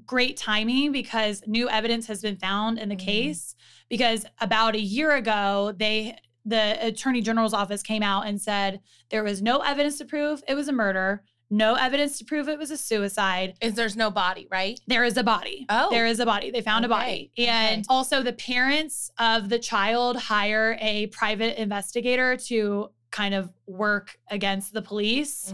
S3: great timing because new evidence has been found in the
S4: Mm.
S3: case because about a year ago they the attorney general's office came out and said there was no evidence to prove it was a murder no evidence to prove it was a suicide.
S4: is there's no body, right?
S3: There is a body.
S4: Oh.
S3: There is a body. They found a body.
S4: Okay, okay.
S3: And also, the parents of the child hire a private investigator to kind of work against the police.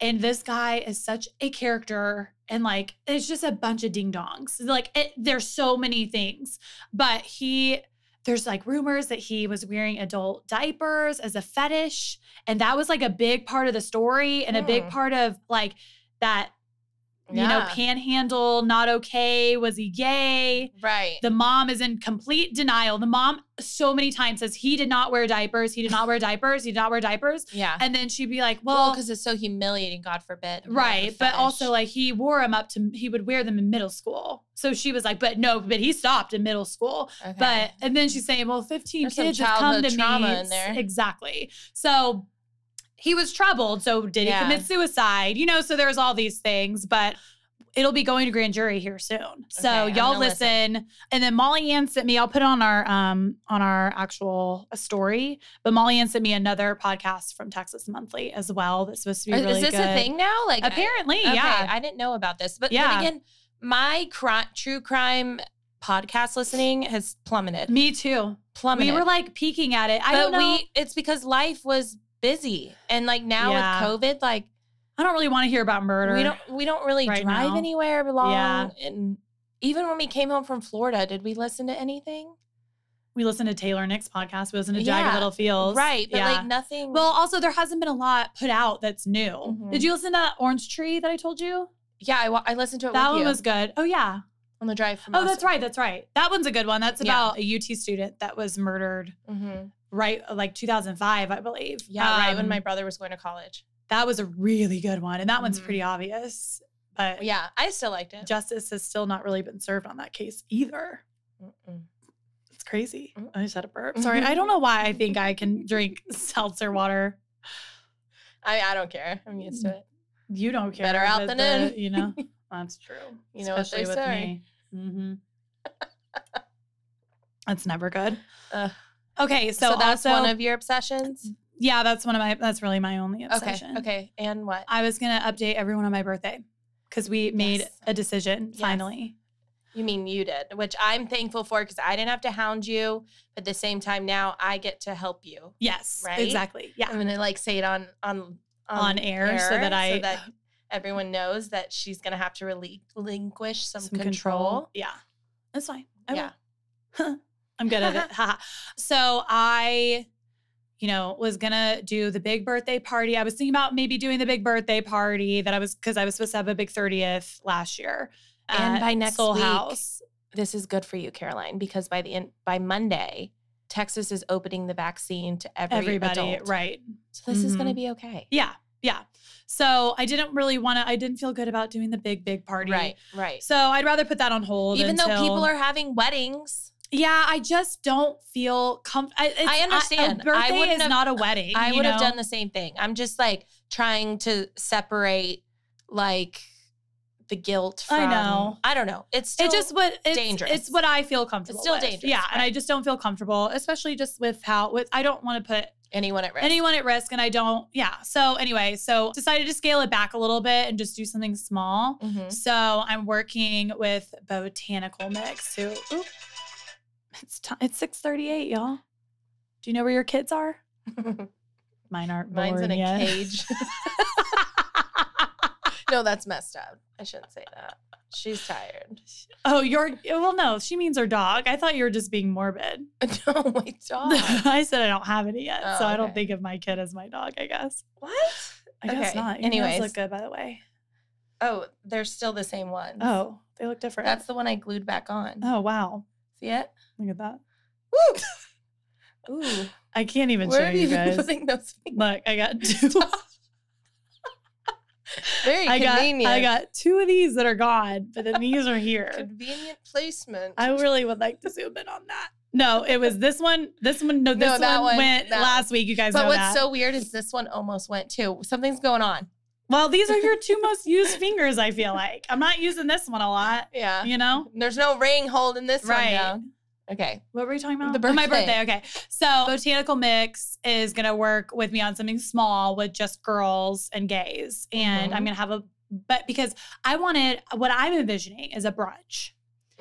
S3: And this guy is such a character. And like, it's just a bunch of ding dongs. Like, it, there's so many things. But he, there's like rumors that he was wearing adult diapers as a fetish. And that was like a big part of the story and a big
S4: Hmm.
S3: part of like that you know,
S4: Yeah.
S3: panhandle, not okay. Was he gay?
S4: right.
S3: The mom is in complete denial. The mom so many times says he did not wear diapers. He did not wear diapers. He did not wear diapers.
S4: yeah.
S3: And then she'd be like,
S4: Well,
S3: well,
S4: because it's so humiliating. God forbid. whoever
S3: right. But
S4: fetish.
S3: also, like, he wore them up to, he would wear them in middle school. So she was like, but no, but he stopped in middle school.
S4: Okay.
S3: But, and then she's saying, well, 15
S4: There's some
S3: kids have come
S4: childhood
S3: to
S4: trauma
S3: me.
S4: in there.
S3: Exactly. So he was troubled. So did
S4: Yeah.
S3: he commit suicide? You know, so there's all these things, but it'll be going to grand jury here soon. So
S4: Okay, I'm
S3: y'all
S4: gonna
S3: listen.
S4: listen.
S3: And then Molly Ann sent me, I'll put on our um on our actual uh, story, but Molly Ann sent me another podcast from Texas Monthly as well. That's supposed to be
S4: Is-
S3: really
S4: is this
S3: good.
S4: a thing now? Like I-
S3: Apparently,
S4: Okay,
S3: yeah.
S4: I didn't know about this. But
S3: Yeah.
S4: then again, my cri- true crime podcast listening has plummeted.
S3: me too.
S4: plummeted.
S3: We were like peeking at it. I
S4: but
S3: don't know.
S4: we it's because life was busy. And like now
S3: Yeah.
S4: with COVID, like
S3: I don't really want to hear about murder.
S4: we don't we don't really
S3: Right
S4: drive
S3: now.
S4: anywhere long.
S3: Yeah.
S4: And even when we came home from Florida, did we listen to anything?
S3: we listen to Taylor Nick's podcast. We listen to Jagged
S4: Yeah,
S3: Little Fields.
S4: Right. But
S3: yeah.
S4: like nothing
S3: well, also there hasn't been a lot put out that's new.
S4: Mhm.
S3: Did you listen to that Orange Tree that I told you?
S4: Yeah, I, wa- I listened to it
S3: that
S4: with
S3: one
S4: you
S3: was good. Oh yeah.
S4: on the drive from
S3: Oh, that's right. That's right. That one's a good one. That's
S4: Yeah.
S3: about a UT student that was murdered
S4: Mm-hmm.
S3: right like 2005, I believe.
S4: Yeah, right when
S3: Um,
S4: my brother was going to college.
S3: that was a really good one, and that one's
S4: Mhm.
S3: pretty obvious. But
S4: Yeah, I still liked it.
S3: justice has still not really been served on that case either.
S4: Mm-mm.
S3: It's crazy.
S4: Mm. Mm-hmm.
S3: I just had a burp. Sorry, I don't know why I think I can drink seltzer water.
S4: I I don't care. I'm used to it.
S3: You don't care.
S4: Better out
S3: but
S4: than
S3: the-
S4: in.
S3: You know that's true.
S4: You know what they say.
S3: Mm-hmm. that's never good.
S4: Ugh.
S3: okay,
S4: So,
S3: so,
S4: that's
S3: also,
S4: one of your obsessions.
S3: yeah, that's one of my that's really my only obsession.
S4: Okay. Okay. And what?
S3: I was gonna update everyone on my birthday because we made
S4: Yes.
S3: a decision
S4: Yes.
S3: finally.
S4: You mean you did, which I'm thankful for because I didn't have to hound you. But at the same time, now I get to help you.
S3: Yes,
S4: Right?
S3: exactly. Yeah,
S4: I'm gonna like say it on on
S3: On air so that I-
S4: everyone knows that she's gonna have to relinqu- relinquish some, control.
S3: Yeah, that's fine. I will.
S4: Yeah.
S3: I'm good at it. Haha. so I, you know, was gonna do the big birthday party. I was thinking about maybe doing the big birthday party that I was because I was supposed to have a big 30th last year.
S4: And
S3: at
S4: by next
S3: Soul
S4: week-
S3: House.
S4: This is good for you, Caroline, because by the end by Monday, Texas is opening the vaccine to every
S3: Everybody,
S4: adult.
S3: right?
S4: So this is gonna
S3: Mhm.
S4: be okay.
S3: Yeah, yeah. So I didn't really want to. I didn't feel good about doing the big, big party.
S4: Right. Right.
S3: So I'd rather put that on hold.
S4: Even though
S3: until-
S4: people are having weddings,
S3: yeah, I just don't feel comfortable.
S4: I understand.
S3: A
S4: I
S3: birthday
S4: wouldn't
S3: is
S4: have-
S3: not a wedding.
S4: I
S3: you
S4: would have
S3: know?
S4: done the same thing. I'm just like trying to separate like the guilt from
S3: I know.
S4: I don't know. It's still
S3: it just what it's,
S4: dangerous.
S3: It's what I feel comfortable.
S4: still
S3: with.
S4: dangerous,
S3: Yeah, and I
S4: right.
S3: just don't feel comfortable, especially just with how with I don't want to put
S4: anyone at risk.
S3: anyone at risk, and I don't. Yeah. So anyway, so decided to scale it back a little bit and just do something small.
S4: Mhm.
S3: So I'm working with Botanical Mix. Who? Oop, it's time. It's six thirty-eight, y'all. Do you know where your kids are? Mine aren't.
S4: Mine's in
S3: born
S4: a
S3: yet.
S4: cage. no, that's messed up. I shouldn't say that. She's tired.
S3: Oh, your well, no, she means her dog. I thought you were just being morbid.
S4: no, Oh my dog.
S3: I said I don't have any yet,
S4: Oh,
S3: so I don't
S4: okay.
S3: think of my kid as my dog. I guess.
S4: what?
S3: I guess
S4: Okay,
S3: not. Your nails
S4: anyways.
S3: look good, by the way.
S4: Oh, they're still the same ones.
S3: Oh, they look different.
S4: That's the one I glued back on.
S3: oh wow,
S4: See it?
S3: look at that.
S4: Woo! Ooh.
S3: I can't even
S4: Where
S3: show
S4: have
S3: you
S4: you
S3: guys.
S4: been putting those fingers?
S3: Look, I got two.
S4: Very
S3: I got
S4: convenient.
S3: I got two of these that are gone, but then these are here.
S4: convenient placement.
S3: I really would like to zoom in on that. No, it was this one. This one. No,
S4: No,
S3: this
S4: that
S3: one,
S4: one,
S3: went
S4: that
S3: last week. You guys
S4: But
S3: know
S4: what's
S3: that.
S4: so weird is this one almost went too. Something's going on.
S3: well, these are your two most used fingers. I feel like I'm not using this one a lot.
S4: Yeah.
S3: You know.
S4: There's no ring holding this
S3: Right.
S4: one down. Okay.
S3: What were you talking about?
S4: The
S3: Oh, my
S4: birthday.
S3: birthday. Okay. So Botanical Mix is gonna work with me on something small with just girls and gays, and I'm
S4: Mhm.
S3: gonna have a but because I wanted what I'm envisioning is a brunch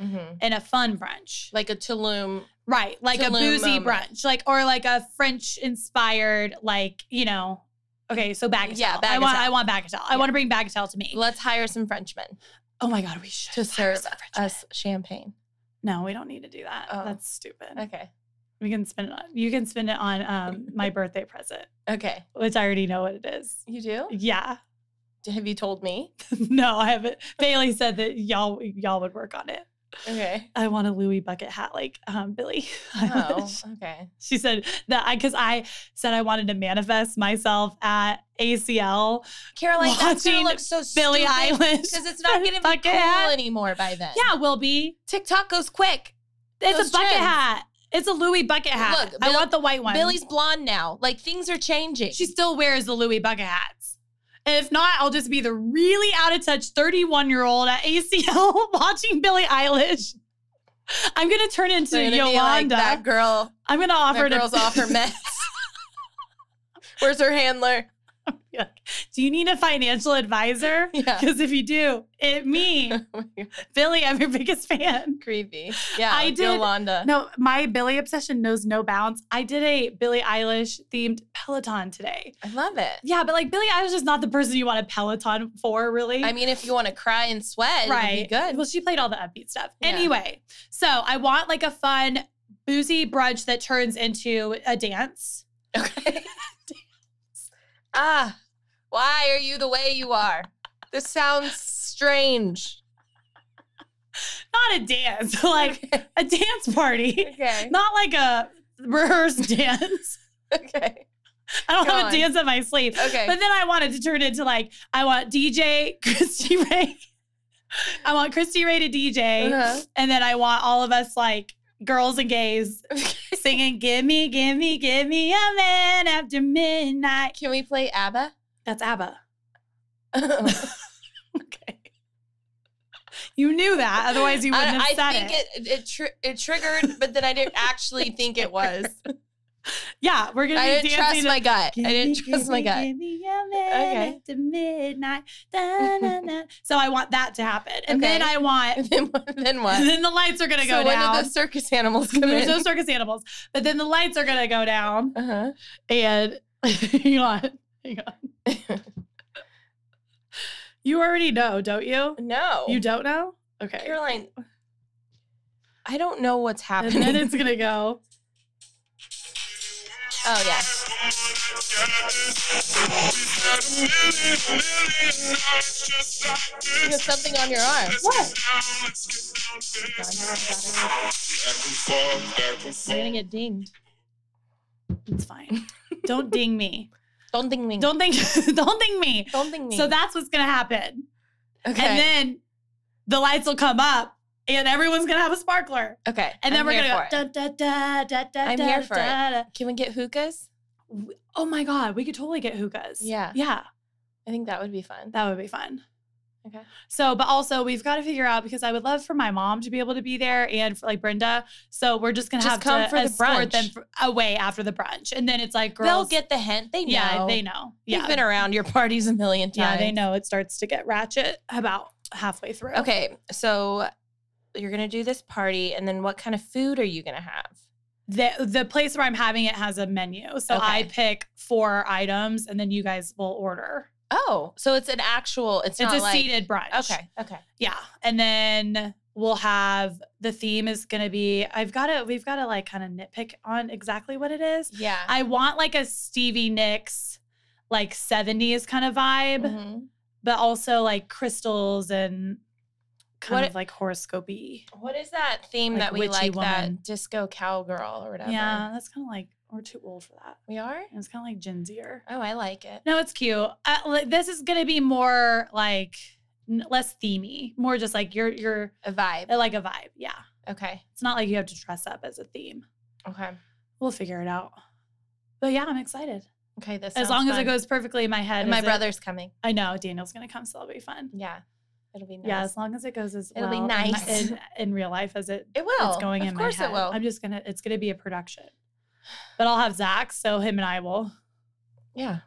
S4: Mm-hmm.
S3: and a fun brunch,
S4: Like a Tulum.
S3: right? Like a
S4: Tulum
S3: boozy
S4: moment.
S3: brunch, like or like a French inspired, like you know. Okay, so Bagatelle.
S4: Yeah,
S3: I want.
S4: Bagatelle.
S3: I want Bagatelle. I
S4: Yeah.
S3: want to bring Bagatelle to me.
S4: Let's hire some Frenchmen
S3: oh my God, we should
S4: to
S3: hire
S4: serve
S3: some Frenchmen.
S4: us champagne.
S3: No, we don't need to do that.
S4: Oh.
S3: That's stupid.
S4: Okay.
S3: We can spend it on. You can spend it on um, my birthday present.
S4: Okay.
S3: which I already know what it is.
S4: You do?
S3: Yeah.
S4: Have you told me?
S3: no, I haven't. Bailey said that y'all y'all would work on it.
S4: Okay.
S3: I want a Louis bucket hat like um, Billy. I
S4: Oh,
S3: wish.
S4: okay.
S3: She said that I because I said I wanted to manifest myself at ACL
S4: Caroline, that's gonna
S3: Watching
S4: look so
S3: Billy
S4: stupid
S3: Eilish.
S4: because it's not gonna be
S3: Bucket
S4: cool
S3: hat.
S4: anymore by then.
S3: Yeah, it will be.
S4: TikTok goes quick.
S3: It's
S4: Those
S3: a bucket
S4: trends.
S3: hat. It's a Louis bucket hat.
S4: Look,
S3: I
S4: Bill-
S3: want the white one.
S4: Billy's blonde now. Like things are changing.
S3: she still wears the Louis bucket hats. If not, I'll just be the really out of touch 31 year old at ACL watching Billie Eilish. I'm gonna turn into
S4: They're gonna be like,
S3: Yolanda.
S4: that girl.
S3: I'm gonna offer
S4: That
S3: to
S4: girl's off her meds. Where's her handler?
S3: Do you need a financial advisor?
S4: Yeah. Oh
S3: Because if you do, it me, Billy, I'm your biggest fan.
S4: Creepy. Yeah.
S3: I
S4: like
S3: did-
S4: Yolanda.
S3: No, my Billy obsession knows no bounds. I did a Billie Eilish themed Peloton today.
S4: I love it.
S3: Yeah, but like Billie Eilish is not the person you want a Peloton for, really.
S4: I mean, if you want to cry and
S3: right.
S4: sweat, right. it'd be
S3: Well,
S4: good.
S3: she played all the upbeat stuff.
S4: Yeah.
S3: Anyway, so I want like a fun boozy brunch that turns into a dance.
S4: Okay. ah, why are you the way you are? This sounds strange.
S3: Not a dance, like a dance party.
S4: Okay.
S3: Not like a rehearse dance.
S4: Okay.
S3: I don't
S4: Go
S3: have
S4: on.
S3: a dance in my sleep.
S4: Okay.
S3: But then I wanted to turn into like I want DJ Christy Ray. I want Christy Ray to DJ,
S4: Uh-huh.
S3: and then I want all of us like girls and gays singing "Give me, give me, give me a man after midnight."
S4: Can we play ABBA?
S3: That's ABBA.
S4: I,
S3: Okay. You knew that, otherwise you wouldn't
S4: I
S3: have said
S4: think
S3: it.
S4: it it, tri- it triggered, but then I didn't actually think it was.
S3: Yeah, we're gonna
S4: I
S3: be
S4: didn't
S3: dancing.
S4: trust
S3: to-
S4: my gut. I
S3: Gimme,
S4: didn't trust my
S3: gimme,
S4: gut.
S3: gimme a man
S4: Okay.
S3: after midnight. Da, na, na. So I want that to happen, and then
S4: Okay.
S3: I want
S4: And then what? Then what?
S3: And then the lights are gonna
S4: so
S3: go
S4: when
S3: down.
S4: did the circus animals come
S3: There's
S4: in?
S3: no circus animals, but then the lights are gonna go down,
S4: uh-huh.
S3: and hang on, hang on. you already know, don't you?
S4: No.
S3: You don't know? Okay.
S4: Caroline, I don't know what's
S3: And
S4: happening.
S3: then it's gonna go.
S4: oh yeah. You have something on your arm.
S3: What?
S4: You're gonna get dinged.
S3: It's fine. Don't ding me.
S4: Don't ding me.
S3: Don't ding. don't ding me.
S4: Don't ding me.
S3: So that's what's gonna happen,
S4: okay.
S3: and then the lights will come up, and everyone's gonna have a sparkler,
S4: okay.
S3: and then
S4: I'm
S3: we're
S4: here
S3: gonna
S4: for
S3: go
S4: it.
S3: da da da da da.
S4: I'm
S3: da,
S4: here for it.
S3: da, da.
S4: Can we get hookahs?
S3: W- Oh my god, we could totally get hookahs.
S4: Yeah.
S3: Yeah.
S4: I think that would be fun.
S3: That would be fun.
S4: Okay.
S3: So, but also we've got to figure out because I would love for my mom to be able to be there and for like Brenda. So we're just gonna have
S4: Just come
S3: to
S4: for the
S3: escort
S4: brunch.
S3: them f- away after the brunch, and then it's like girls.
S4: They'll get the hint. They know.
S3: yeah, they know.
S4: They've
S3: Yeah,
S4: been around your parties a million times.
S3: yeah, they know. It starts to get ratchet about halfway through.
S4: Okay, so you're gonna do this party, and then what kind of food are you gonna have?
S3: The the place where I'm having it has a menu, so I
S4: Okay.
S3: pick four items, and then you guys will order.
S4: Oh, so it's an actual.
S3: It's,
S4: It's, not
S3: a
S4: like,
S3: seated brunch.
S4: Okay. Okay.
S3: Yeah. And then we'll have the theme is going to be I've got to, we've got to like kind of nitpick on exactly what it is.
S4: Yeah.
S3: I want like a Stevie Nicks, like 70s kind of vibe,
S4: Mhm.
S3: but also like crystals and kind
S4: What-
S3: of like horoscopy.
S4: What is that theme
S3: Like
S4: that we
S3: witchy
S4: like?
S3: woman.
S4: That disco cowgirl or whatever.
S3: Yeah. That's kind of like, we're too old for that.
S4: We are.
S3: And it's kind of like Gen Zer.
S4: Oh, I like it.
S3: No, it's cute. Uh, like, this is going to be more like, n- less themey, more just like you're, you're
S4: A vibe.
S3: like a vibe. Yeah.
S4: Okay.
S3: It's not like you have to dress up as a theme.
S4: Okay.
S3: we'll figure it out. But yeah, I'm excited.
S4: Okay. This
S3: as
S4: sounds
S3: long as it
S4: fun.
S3: goes perfectly in my head.
S4: And my
S3: as it-
S4: brother's coming.
S3: I know Daniel's gonna come, so that'll be fun.
S4: Yeah. It'll be nice.
S3: Yeah, as long as it goes as
S4: It'll be
S3: well in my-
S4: nice.
S3: in, in real life as it
S4: It will.
S3: it's going
S4: of
S3: in my
S4: course
S3: head.
S4: it will.
S3: I'm just gonna it's gonna be a production. But I'll have Zach, so him and I will
S4: yeah.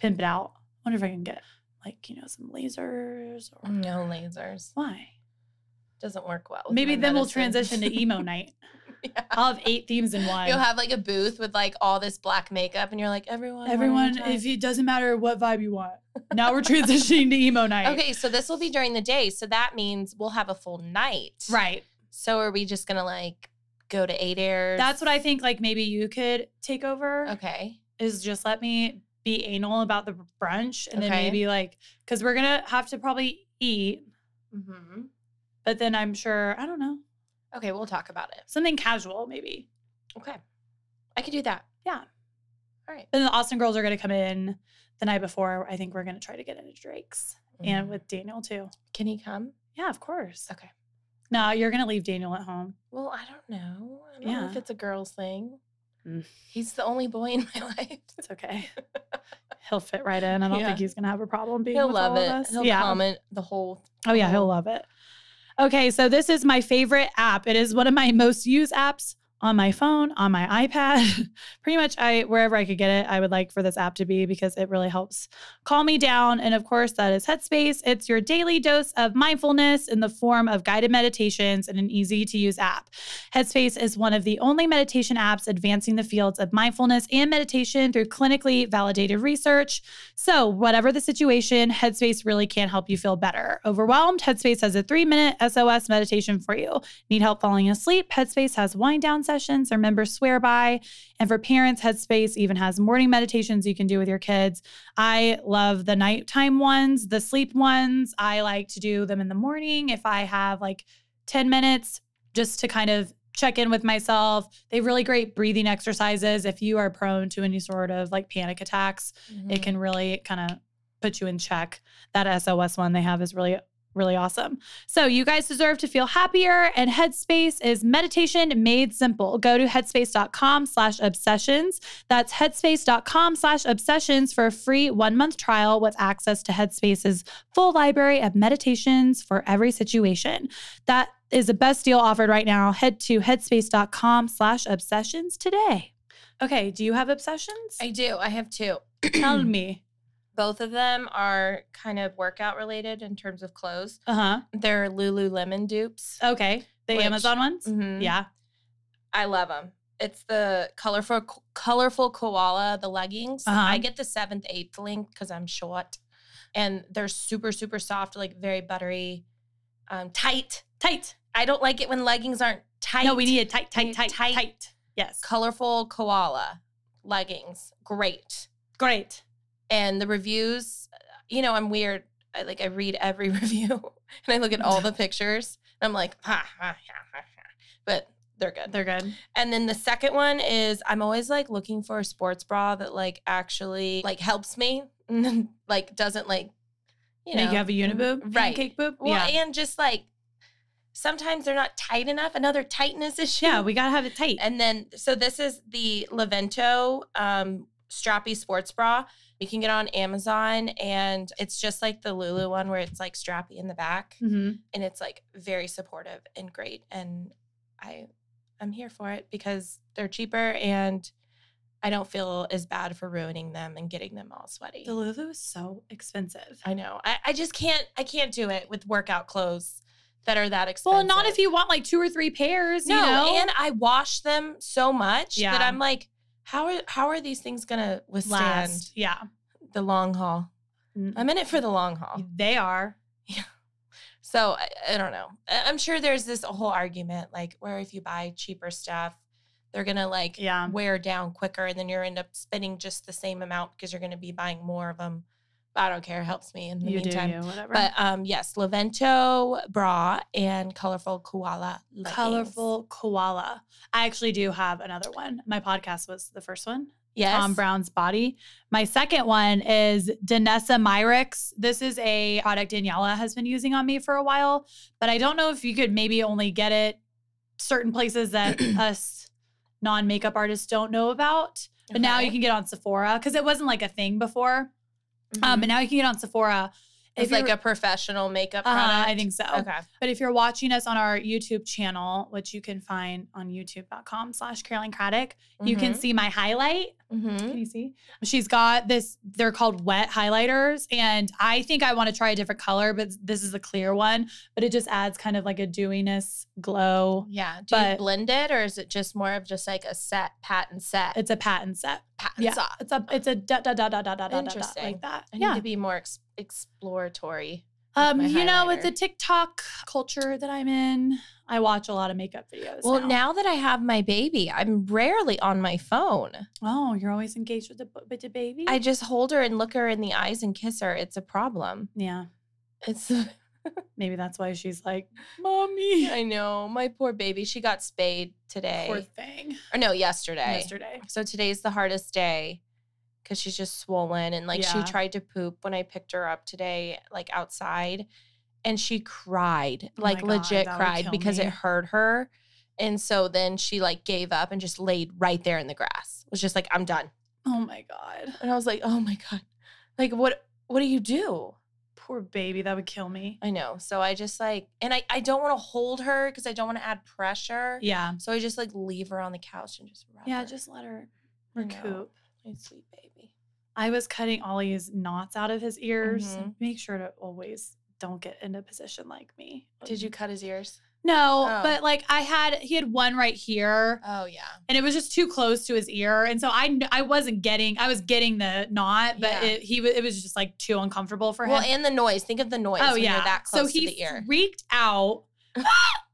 S3: pimp it out. Wonder if I can get like you know some lasers or
S4: No lasers.
S3: why?
S4: Doesn't work Mm, well. with
S3: Maybe
S4: my
S3: then we'll
S4: medicine.
S3: transition to emo night.
S4: Yeah.
S3: I'll have eight themes in one.
S4: You'll have like a booth with like all this black makeup, and you're like, everyone,
S3: Everyone, if it doesn't matter what vibe you want. Now we're transitioning to emo night.
S4: okay, so this will be during the day, so that means we'll have a full night,
S3: Right.
S4: So are we just gonna like go to eight airs?
S3: That's what I think. Like maybe you could take over.
S4: okay.
S3: Is just let me be anal about the brunch, and then
S4: Okay.
S3: maybe like because we're gonna have to probably eat,
S4: Mm-hmm.
S3: but then I'm sure I don't know
S4: Okay, we'll talk about it.
S3: something casual maybe.
S4: Okay, I could do that.
S3: Yeah.
S4: All right.
S3: Then the Austin girls are gonna come in the night before. I think we're gonna try to get into Drake's and
S4: Mm.
S3: with Daniel too.
S4: can he come?
S3: Yeah, of course.
S4: Okay.
S3: No, you're gonna leave Daniel at home.
S4: Well, I don't know. I don't know if
S3: Yeah.
S4: it's a girl's thing.
S3: Mm.
S4: He's the only boy in my life.
S3: It's okay. He'll fit right in. I don't
S4: Yeah.
S3: think he's gonna have a problem being.
S4: He'll
S3: with
S4: love
S3: all of
S4: it.
S3: us.
S4: He'll
S3: yeah.
S4: comment the whole.
S3: Oh yeah, he'll love it. Okay, so this is my favorite app. It is one of my most used apps on my phone, on my iPad. Pretty much I wherever I could get it, I would like for this app to be because it really helps calm me down. And of course, that is Headspace. It's your daily dose of mindfulness in the form of guided meditations and an easy to use app. Headspace is one of the only meditation apps advancing the fields of mindfulness and meditation through clinically validated research. So, whatever the situation, Headspace really can help you feel better. Overwhelmed? Headspace has a three minute SOS meditation for you. Need help falling asleep? Headspace has wind down sessions their members swear by. And for parents, Headspace even has morning meditations you can do with your kids. I love the nighttime ones, the sleep ones. I like to do them in the morning if I have like 10 minutes just to kind of check in with myself. They have really great breathing exercises. If you are prone to any sort of like panic attacks,
S4: mm-hmm.
S3: it can really kind of put you in check. That SOS one they have is really, really awesome. So you guys deserve to feel happier, and Headspace is meditation made simple. Go to headspace.com slash obsessions. That's headspace.com slash obsessions for a free one-month trial with access to Headspace's full library of meditations for every situation. That is the best deal offered right now. Head to headspace.com slash obsessions today. Okay, do you have obsessions?
S4: I do. I have two.
S3: Tell me.
S4: Both of them are kind of workout related in terms of clothes.
S3: Uh-huh.
S4: They're Lululemon dupes.
S3: Okay. The
S4: Which-
S3: Amazon ones?
S4: Mhm.
S3: Yeah.
S4: I love them. It's the colorful colorful koala, the leggings.
S3: Uh-huh.
S4: I get the seventh, eighth link because I'm short, and they're super super soft, like very buttery, um, tight.
S3: Tight.
S4: I don't like it when leggings aren't tight.
S3: No, we need it tight,
S4: We
S3: tight,
S4: need
S3: tight, tight,
S4: tight.
S3: Yes.
S4: colorful koala leggings. Great.
S3: Great.
S4: And the reviews, you know, I'm weird. I like I read every review and I look at all the pictures. And I'm like, ha ha ha ha ha. But they're good.
S3: They're good.
S4: And then the second one is I'm always like looking for a sports bra that like actually like helps me, like doesn't like you
S3: You
S4: know
S3: know, you have a uniboob,
S4: right?
S3: Pancake boob.
S4: Well,
S3: yeah.
S4: and just like sometimes they're not tight enough, another tightness issue.
S3: Yeah, we gotta have it tight.
S4: and then so this is the Levento um, strappy sports bra. You can get on Amazon, and it's just like the Lulu one where it's like strappy in the back,
S3: Mhm.
S4: and it's like very supportive and great and i i'm here for it because they're cheaper and i don't feel as bad for ruining them and getting them all sweaty
S3: The Lulu is so expensive.
S4: i know I, I just can't i can't do it with workout clothes that are that expensive
S3: Well, not if you want like two or three pairs.
S4: no
S3: you know?
S4: and i wash them so much that
S3: Yeah.
S4: i'm like how are how are these things gonna withstand
S3: last. Yeah.
S4: the long haul
S3: Mm-hmm.
S4: i'm in it for the long haul
S3: They are.
S4: So I, I don't know. I- I'm sure there's this whole argument like where if you buy cheaper stuff, they're gonna like
S3: Yeah.
S4: wear down quicker, and then you're end up spending just the same amount because you're gonna be buying more of them. But I don't care. It helps me in the
S3: You
S4: meantime.
S3: do you, whatever.
S4: But um, yes, Levento bra and colorful koala. leggings.
S3: colorful koala. I actually do have another one. My podcast was the first one.
S4: Yes.
S3: Tom Brown's body. My second one is Danessa Myricks. This is a product Daniela has been using on me for a while, but I don't know if you could maybe only get it certain places that us non makeup artists don't know about. But now you
S4: Okay.
S3: can get on Sephora because it wasn't like a thing before. Um,
S4: Mhm.
S3: but now you can get on Sephora.
S4: it's like a professional makeup product.
S3: uh, I think so.
S4: Okay.
S3: But if you're watching us on our YouTube channel, which you can find on youtube.com slash Caroline Craddock, you can see my highlight.
S4: Mm-hmm.
S3: Can you see? She's got this, they're called wet highlighters. And I think I want to try a different color, but this is a clear one. But it just adds kind of like a dewiness glow.
S4: Yeah. Do
S3: But-
S4: you blend it, or is it just more of just like a set patent set?
S3: It's a patent set.
S4: patent
S3: Yeah.
S4: set.
S3: It's a it's a dot dot dot dot dot dot dot dot, dot
S4: Interesting.
S3: like that.
S4: I need
S3: yeah.
S4: to be more ex- exploratory. with
S3: Um,
S4: my
S3: you know, with the
S4: highlighter.
S3: TikTok culture that I'm in, I watch a lot of makeup videos.
S4: Well, now that I have my baby, I'm rarely on my phone.
S3: Oh, you're always engaged with the bu- with the baby.
S4: I just hold her and look her in the eyes and kiss her. It's a problem.
S3: yeah.
S4: It's
S3: Maybe that's why she's like, "Mommy,
S4: I know, my poor baby. She got spayed today.
S3: poor thing."
S4: or no, yesterday.
S3: Yesterday,
S4: So today's the hardest day cuz she's just swollen and like
S3: Yeah.
S4: she tried to poop when I picked her up today like outside and she cried.
S3: Oh my
S4: Like
S3: God,
S4: legit
S3: that would
S4: cried
S3: kill
S4: because
S3: me.
S4: it hurt her. And so then she like gave up and just laid right there in the grass. Was just like I'm done.
S3: oh my god,
S4: And I was like, "Oh my god. Like what what do you do?"
S3: poor baby, that would kill me.
S4: I know. So I just like and I I don't want to hold her cuz I don't want to add pressure.
S3: Yeah,
S4: So I just like leave her on the couch and just rub
S3: yeah,
S4: her.
S3: just let her
S4: I know.
S3: recoup.
S4: my sweet baby.
S3: I was cutting Ollie's knots out of his ears.
S4: Mhm.
S3: Make sure to always don't get in a position like me.
S4: Did you cut his ears?
S3: No,
S4: Oh.
S3: but like I had, he had one right here,
S4: Oh yeah.
S3: and it was just too close to his ear, and so I, kn- I wasn't getting, I was getting the knot, but
S4: Yeah.
S3: it, he, wa- it was just like too uncomfortable for
S4: Well,
S3: him.
S4: and the noise. Think of the noise. when You're that close
S3: Oh, so he
S4: to the ear.
S3: freaked out.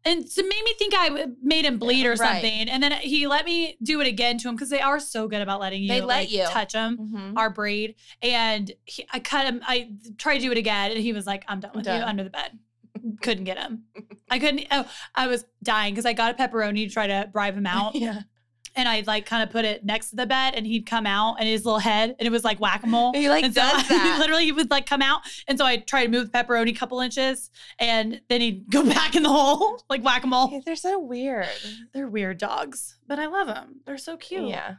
S3: And so made me think I w- made him bleed or
S4: Right.
S3: something, and then he let me do it again to him because they are so good about letting you.
S4: They let
S3: like,
S4: you.
S3: touch him,
S4: Mhm.
S3: our breed, and he, I cut him. I tried to do it again, and he was like, "I'm done with
S4: Done.
S3: you under the bed." couldn't get him. I couldn't. Oh, I was dying because I got a pepperoni to try to bribe him out,
S4: Yeah.
S3: and I'd like kind of put it next to the bed, and he'd come out and his little head, and it was like whack a mole.
S4: He like
S3: and
S4: does
S3: so
S4: that.
S3: literally he would like come out, and so I try to move the pepperoni a couple inches, and then he'd go back in the hole like whack a mole.
S4: They're so weird.
S3: They're weird dogs, but I love them. They're so cute.
S4: Yeah.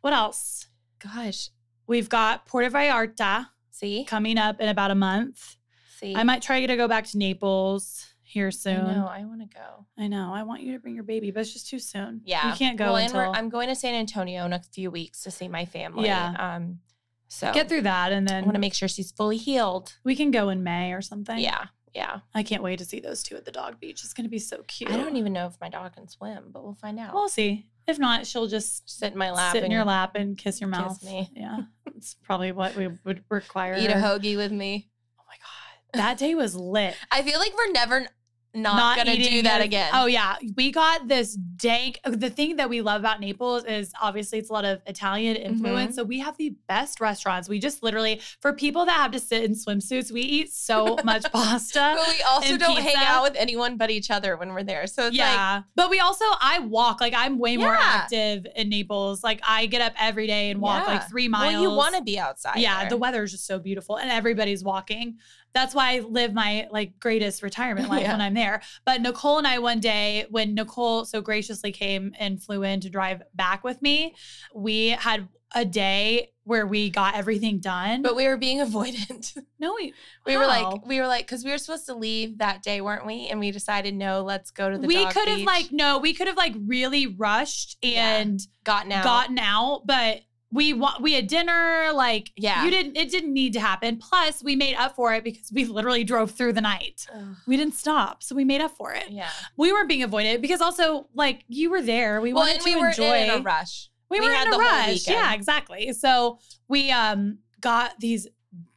S3: What else?
S4: Gosh.
S3: We've got Puerto Vallarta
S4: See?
S3: coming up in about a month.
S4: See?
S3: I might try to go back to Naples here
S4: I
S3: soon.
S4: know. I want to go.
S3: I know. I want you to bring your baby, but it's just too soon.
S4: Yeah.
S3: you can't go
S4: Well, and we're-
S3: until
S4: I'm going to San Antonio in a few weeks to see my family.
S3: Yeah.
S4: Um. So
S3: get through that, and
S4: I
S3: then
S4: want to make sure she's fully healed.
S3: we can go in May or something.
S4: Yeah. Yeah.
S3: I can't wait to see those two at the dog beach. It's gonna be so cute.
S4: I don't even know if my dog can swim, but we'll find out.
S3: We'll see. If not, she'll just
S4: sit in my lap.
S3: sit in
S4: and
S3: your lap and kiss your mouth.
S4: me.
S3: Yeah, it's probably what we would require.
S4: Eat a
S3: her.
S4: hoagie with me.
S3: Oh my god, that day was lit.
S4: I feel like we're never n- not, gonna do
S3: eating
S4: that
S3: is-
S4: again.
S3: Oh yeah, we got this dank. uh, The thing that we love about Naples is obviously it's a lot of Italian
S4: Mm-hmm.
S3: influence. So we have the best restaurants. We just literally for people that have to sit in swimsuits, we eat so much pasta.
S4: But we also
S3: and
S4: don't hang
S3: pizza.
S4: out with anyone but each other when we're there. So it's like
S3: yeah, but we also I walk like I'm way more
S4: Yeah.
S3: active in Naples. Like I get up every day and walk
S4: Yeah.
S3: like three miles.
S4: well, you want to be outside.
S3: Yeah,
S4: there.
S3: the weather is just so beautiful and everybody's walking. That's why I live my like greatest retirement life
S4: Yeah.
S3: when I'm there. But Nicole and I one day when Nicole so graciously came and flew in to drive back with me, we had a day where we got everything done.
S4: but we were being avoidant.
S3: no, we
S4: we were
S3: How?
S4: like, we were like, because we were supposed to leave that day, weren't we? And we decided, no, let's go to the.
S3: we
S4: dog
S3: could have
S4: beach,
S3: like no, we could have like really rushed
S4: Yeah.
S3: and
S4: gotten out.
S3: gotten out, but we wa- we had dinner like
S4: Yeah.
S3: you didn't it didn't need to happen. Plus, we made up for it because we literally drove through the night.
S4: Ugh,
S3: We didn't stop, so we made up for it.
S4: yeah.
S3: We weren't being avoided because also, like, you were there. We
S4: well,
S3: wanted
S4: and we
S3: to
S4: were
S3: enjoy.
S4: in a rush.
S3: we
S4: We
S3: were
S4: had
S3: in
S4: the
S3: a
S4: whole
S3: rush.
S4: weekend.
S3: Yeah, exactly. So we um got these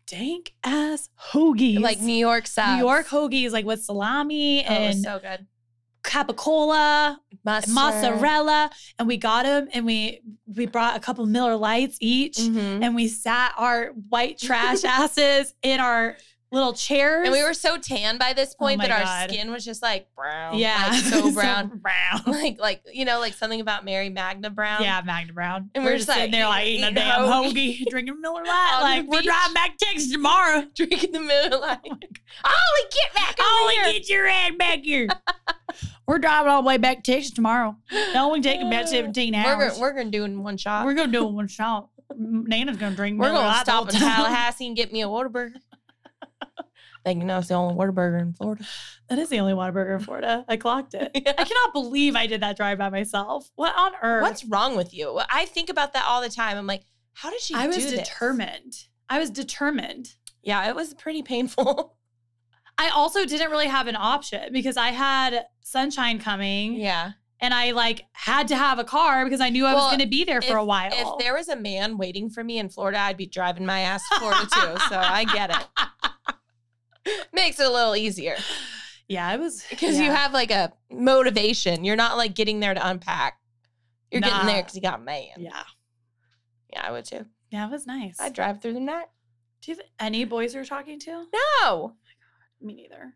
S3: dank ass hoagies,
S4: Like New
S3: New
S4: York side.
S3: York hoagies, like with salami
S4: Oh, it was
S3: and
S4: so good.
S3: capicola,
S4: Mustard.
S3: mozzarella, and we got them, and we we brought a couple Miller Lights each,
S4: Mhm.
S3: and we sat our white trash asses in our little chairs,
S4: And we were so tan by this point
S3: Oh my
S4: that our
S3: God.
S4: skin was just like brown.
S3: yeah
S4: Like so brown.
S3: brown.
S4: like like you know like something about Mary Magna Brown.
S3: Yeah, Magna Brown.
S4: And
S3: we're,
S4: we're
S3: just
S4: just,
S3: sitting
S4: like,
S3: there like
S4: eating-
S3: eating a
S4: eating
S3: damn
S4: hoagie.
S3: hoagie, drinking Miller
S4: On
S3: Lite.
S4: the
S3: Like we're
S4: beach.
S3: driving back to Texas tomorrow.
S4: drinking the moonlight. Ollie, get back over
S3: Only
S4: here.
S3: "Oh, get your head back here. we're driving all the way back to Texas tomorrow. That only take about seventeen
S4: we're
S3: hours.
S4: gonna, we're gonna do it in one shot.
S3: We're
S4: We're,
S3: gonna do it one shot. Nana's gonna drink. Miller
S4: gonna
S3: Lite the
S4: stop
S3: whole
S4: in
S3: time.
S4: Tallahassee and get me a Whataburger. Like you know, it's the only Whataburger in Florida.
S3: That is the only Whataburger in Florida. I clocked it. I cannot believe I did that drive by myself. What on earth?
S4: What's wrong with you? I think about that all the time. I'm like, how did she?
S3: I was
S4: do this?
S3: determined. I was determined.
S4: Yeah, it was pretty painful.
S3: I also didn't really have an option because I had sunshine coming
S4: yeah.
S3: and I like had to have a car because I knew I
S4: Well,
S3: was going to be there for a while.
S4: If there was a man waiting for me in Florida, I'd be driving my ass to Florida too. So I get it. Makes it a little easier.
S3: yeah, it was
S4: because you
S3: yeah.
S4: have like a motivation. You're not like getting there to unpack. You're getting there
S3: Nah.
S4: because you got man. Yeah.
S3: Yeah.
S4: I would too.
S3: Yeah, it was nice.
S4: I drive through the night.
S3: Do you have any boys you're talking to?
S4: No
S3: Me neither.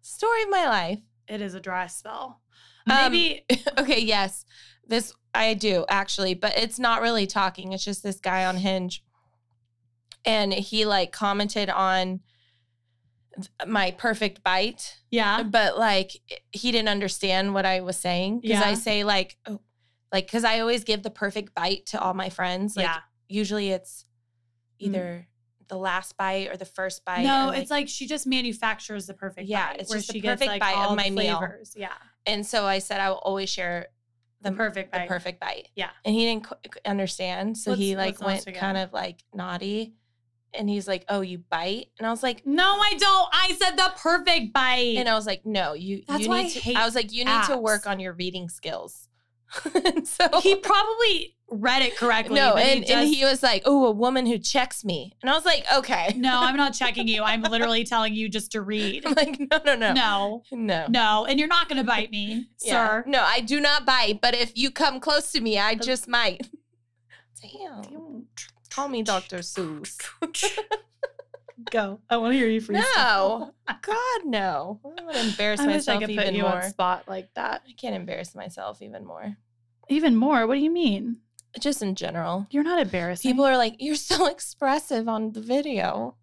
S4: story of my life.
S3: It is a dry spell.
S4: Um,
S3: Maybe
S4: okay, yes, this I do actually, but it's not really talking. It's just this guy on Hinge, and he like commented on th- my perfect bite
S3: yeah.
S4: but like he didn't understand what I was saying because I
S3: Yeah.
S4: say like oh, like because I always give the perfect bite to all my friends. Like
S3: Yeah.
S4: usually it's
S3: Mm.
S4: either the last bite or the first bite.
S3: no,
S4: or,
S3: it's like she just manufactures the perfect
S4: Yeah,
S3: bite,
S4: it's
S3: where
S4: just the
S3: she
S4: perfect
S3: gets like
S4: bite of
S3: all
S4: my
S3: the
S4: meal.
S3: flavors. Yeah.
S4: and so I said I will always share
S3: The perfect
S4: the
S3: bite.
S4: perfect bite.
S3: Yeah.
S4: and he didn't qu- qu- understand, so he
S3: What's-
S4: like
S3: what's
S4: went
S3: not to
S4: kind
S3: get?
S4: of like naughty, and he's like, "Oh, you bite," and I was like.
S3: No, I don't. I said the perfect bite.
S4: And I was like, no, you.
S3: That's
S4: you
S3: why
S4: need
S3: I
S4: to,
S3: hate
S4: I was like, you need to work
S3: apps.
S4: on your reading skills. And so
S3: he probably read it correctly.
S4: No,
S3: but
S4: and,
S3: he
S4: and
S3: just-
S4: he was like, "Oh, a woman who checks me," and I was like, "Okay,
S3: No, I'm not checking you. I'm literally telling you just to read.
S4: I'm like, no, no, no,
S3: No,
S4: no,
S3: no. And you're not going to bite me,
S4: Yeah.
S3: sir.
S4: no, I do not bite, but if you come close to me, I just might." Damn, call me Doctor Seuss.
S3: Go. I want to hear you freestyle.
S4: No, God, no. I would embarrass
S3: I wish I
S4: myself
S3: could
S4: even
S3: put you
S4: more.
S3: on spot like that.
S4: I can't embarrass myself even more.
S3: Even more. What do you mean?
S4: Just in general,
S3: You're not embarrassing.
S4: people are like, "You're so expressive on the video."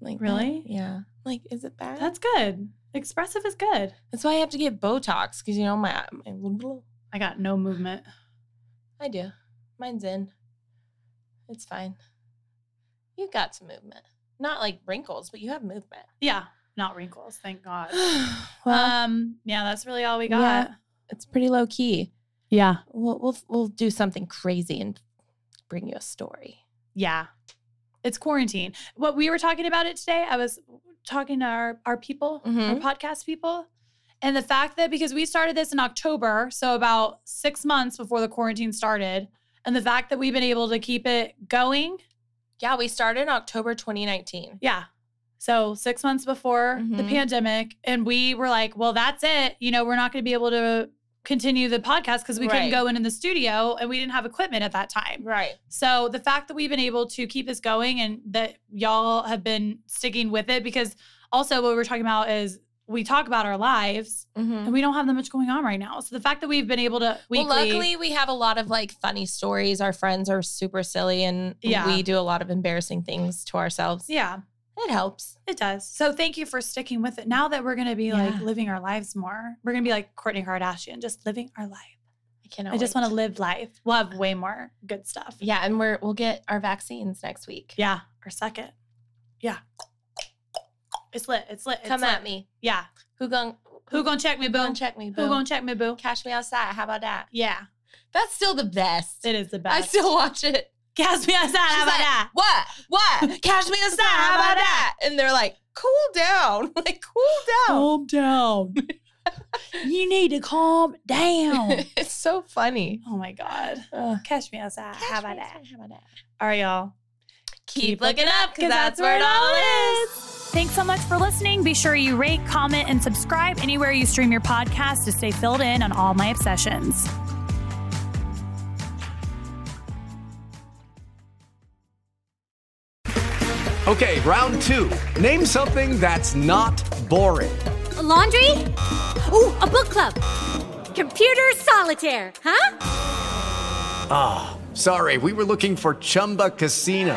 S4: I'm Like,
S3: Really?
S4: "That- Yeah. Like, is it bad?
S3: That's good. Expressive is good.
S4: That's why I have to get Botox because you know my my.
S3: I got no movement.
S4: I do. Mine's in. It's fine. You've got some movement. Not like wrinkles, but you have movement.
S3: Yeah, not wrinkles. Thank God.
S4: well,
S3: um, yeah, that's really all we
S4: Yeah.
S3: got.
S4: it's pretty low key.
S3: Yeah.
S4: We'll, we'll we'll do something crazy and bring you a story.
S3: Yeah. It's quarantine. What we were talking about it today, I was talking to our, our people,
S4: Mhm.
S3: our podcast people, and the fact that because we started this in October, so about six months before the quarantine started, and the fact that we've been able to keep it going.
S4: Yeah, we started in October 2019.
S3: Yeah. So six months before the
S4: Mhm.
S3: pandemic, and we were like, well, that's it. You know, we're not going to be able to continue the podcast because we couldn't
S4: Right.
S3: go in in the studio and we didn't have equipment at that time.
S4: Right.
S3: So the fact that we've been able to keep this going and that y'all have been sticking with it, because also what we were talking about is we talk about our lives
S4: Mm-hmm.
S3: and we don't have that much going on right now. So the fact that we've been able to weekly,
S4: Well, luckily we have a lot of like funny stories. Our friends are super silly, and
S3: Yeah.
S4: we do a lot of embarrassing things to ourselves.
S3: yeah,
S4: It helps.
S3: it does. So thank you for sticking with it. Now that we're gonna be like
S4: Yeah.
S3: living our lives more, we're gonna be like Courtney Kardashian, just living our life.
S4: I cannot.
S3: I just
S4: wait.
S3: want to live life. We'll have way more good stuff.
S4: Yeah, and we're we'll get our vaccines next week.
S3: yeah. Our second, yeah. It's lit. It's lit. It's
S4: Come
S3: lit.
S4: at me.
S3: Yeah.
S4: Who gon'
S3: Who gonna check me,
S4: who
S3: boo?
S4: gon' check me? Boo?
S3: Who gonna check me, boo?
S4: cash me outside? How about that?
S3: Yeah.
S4: That's still the best.
S3: It is the best.
S4: I still watch it.
S3: cast me outside. How
S4: She's
S3: about
S4: like,
S3: that?
S4: What? What? Cash me outside? How about that? And they're like, cool down. Like, cool
S3: down. you need to calm
S4: down.
S3: down.
S4: it's so funny.
S3: oh my God.
S4: Ugh.
S3: Catch me outside. How
S4: Cash
S3: about
S4: me
S3: that?
S4: outside, How about that?
S3: All right, y'all.
S4: Keep looking up because that's where it all is.
S2: Thanks so much for listening. Be sure you rate, comment, and subscribe anywhere you stream your podcast to stay filled in on all my obsessions.
S5: Okay, round two. Name something that's not boring.
S6: A laundry? Ooh, a book club. Computer solitaire, huh?
S5: Sorry, we were looking for Chumba Casino.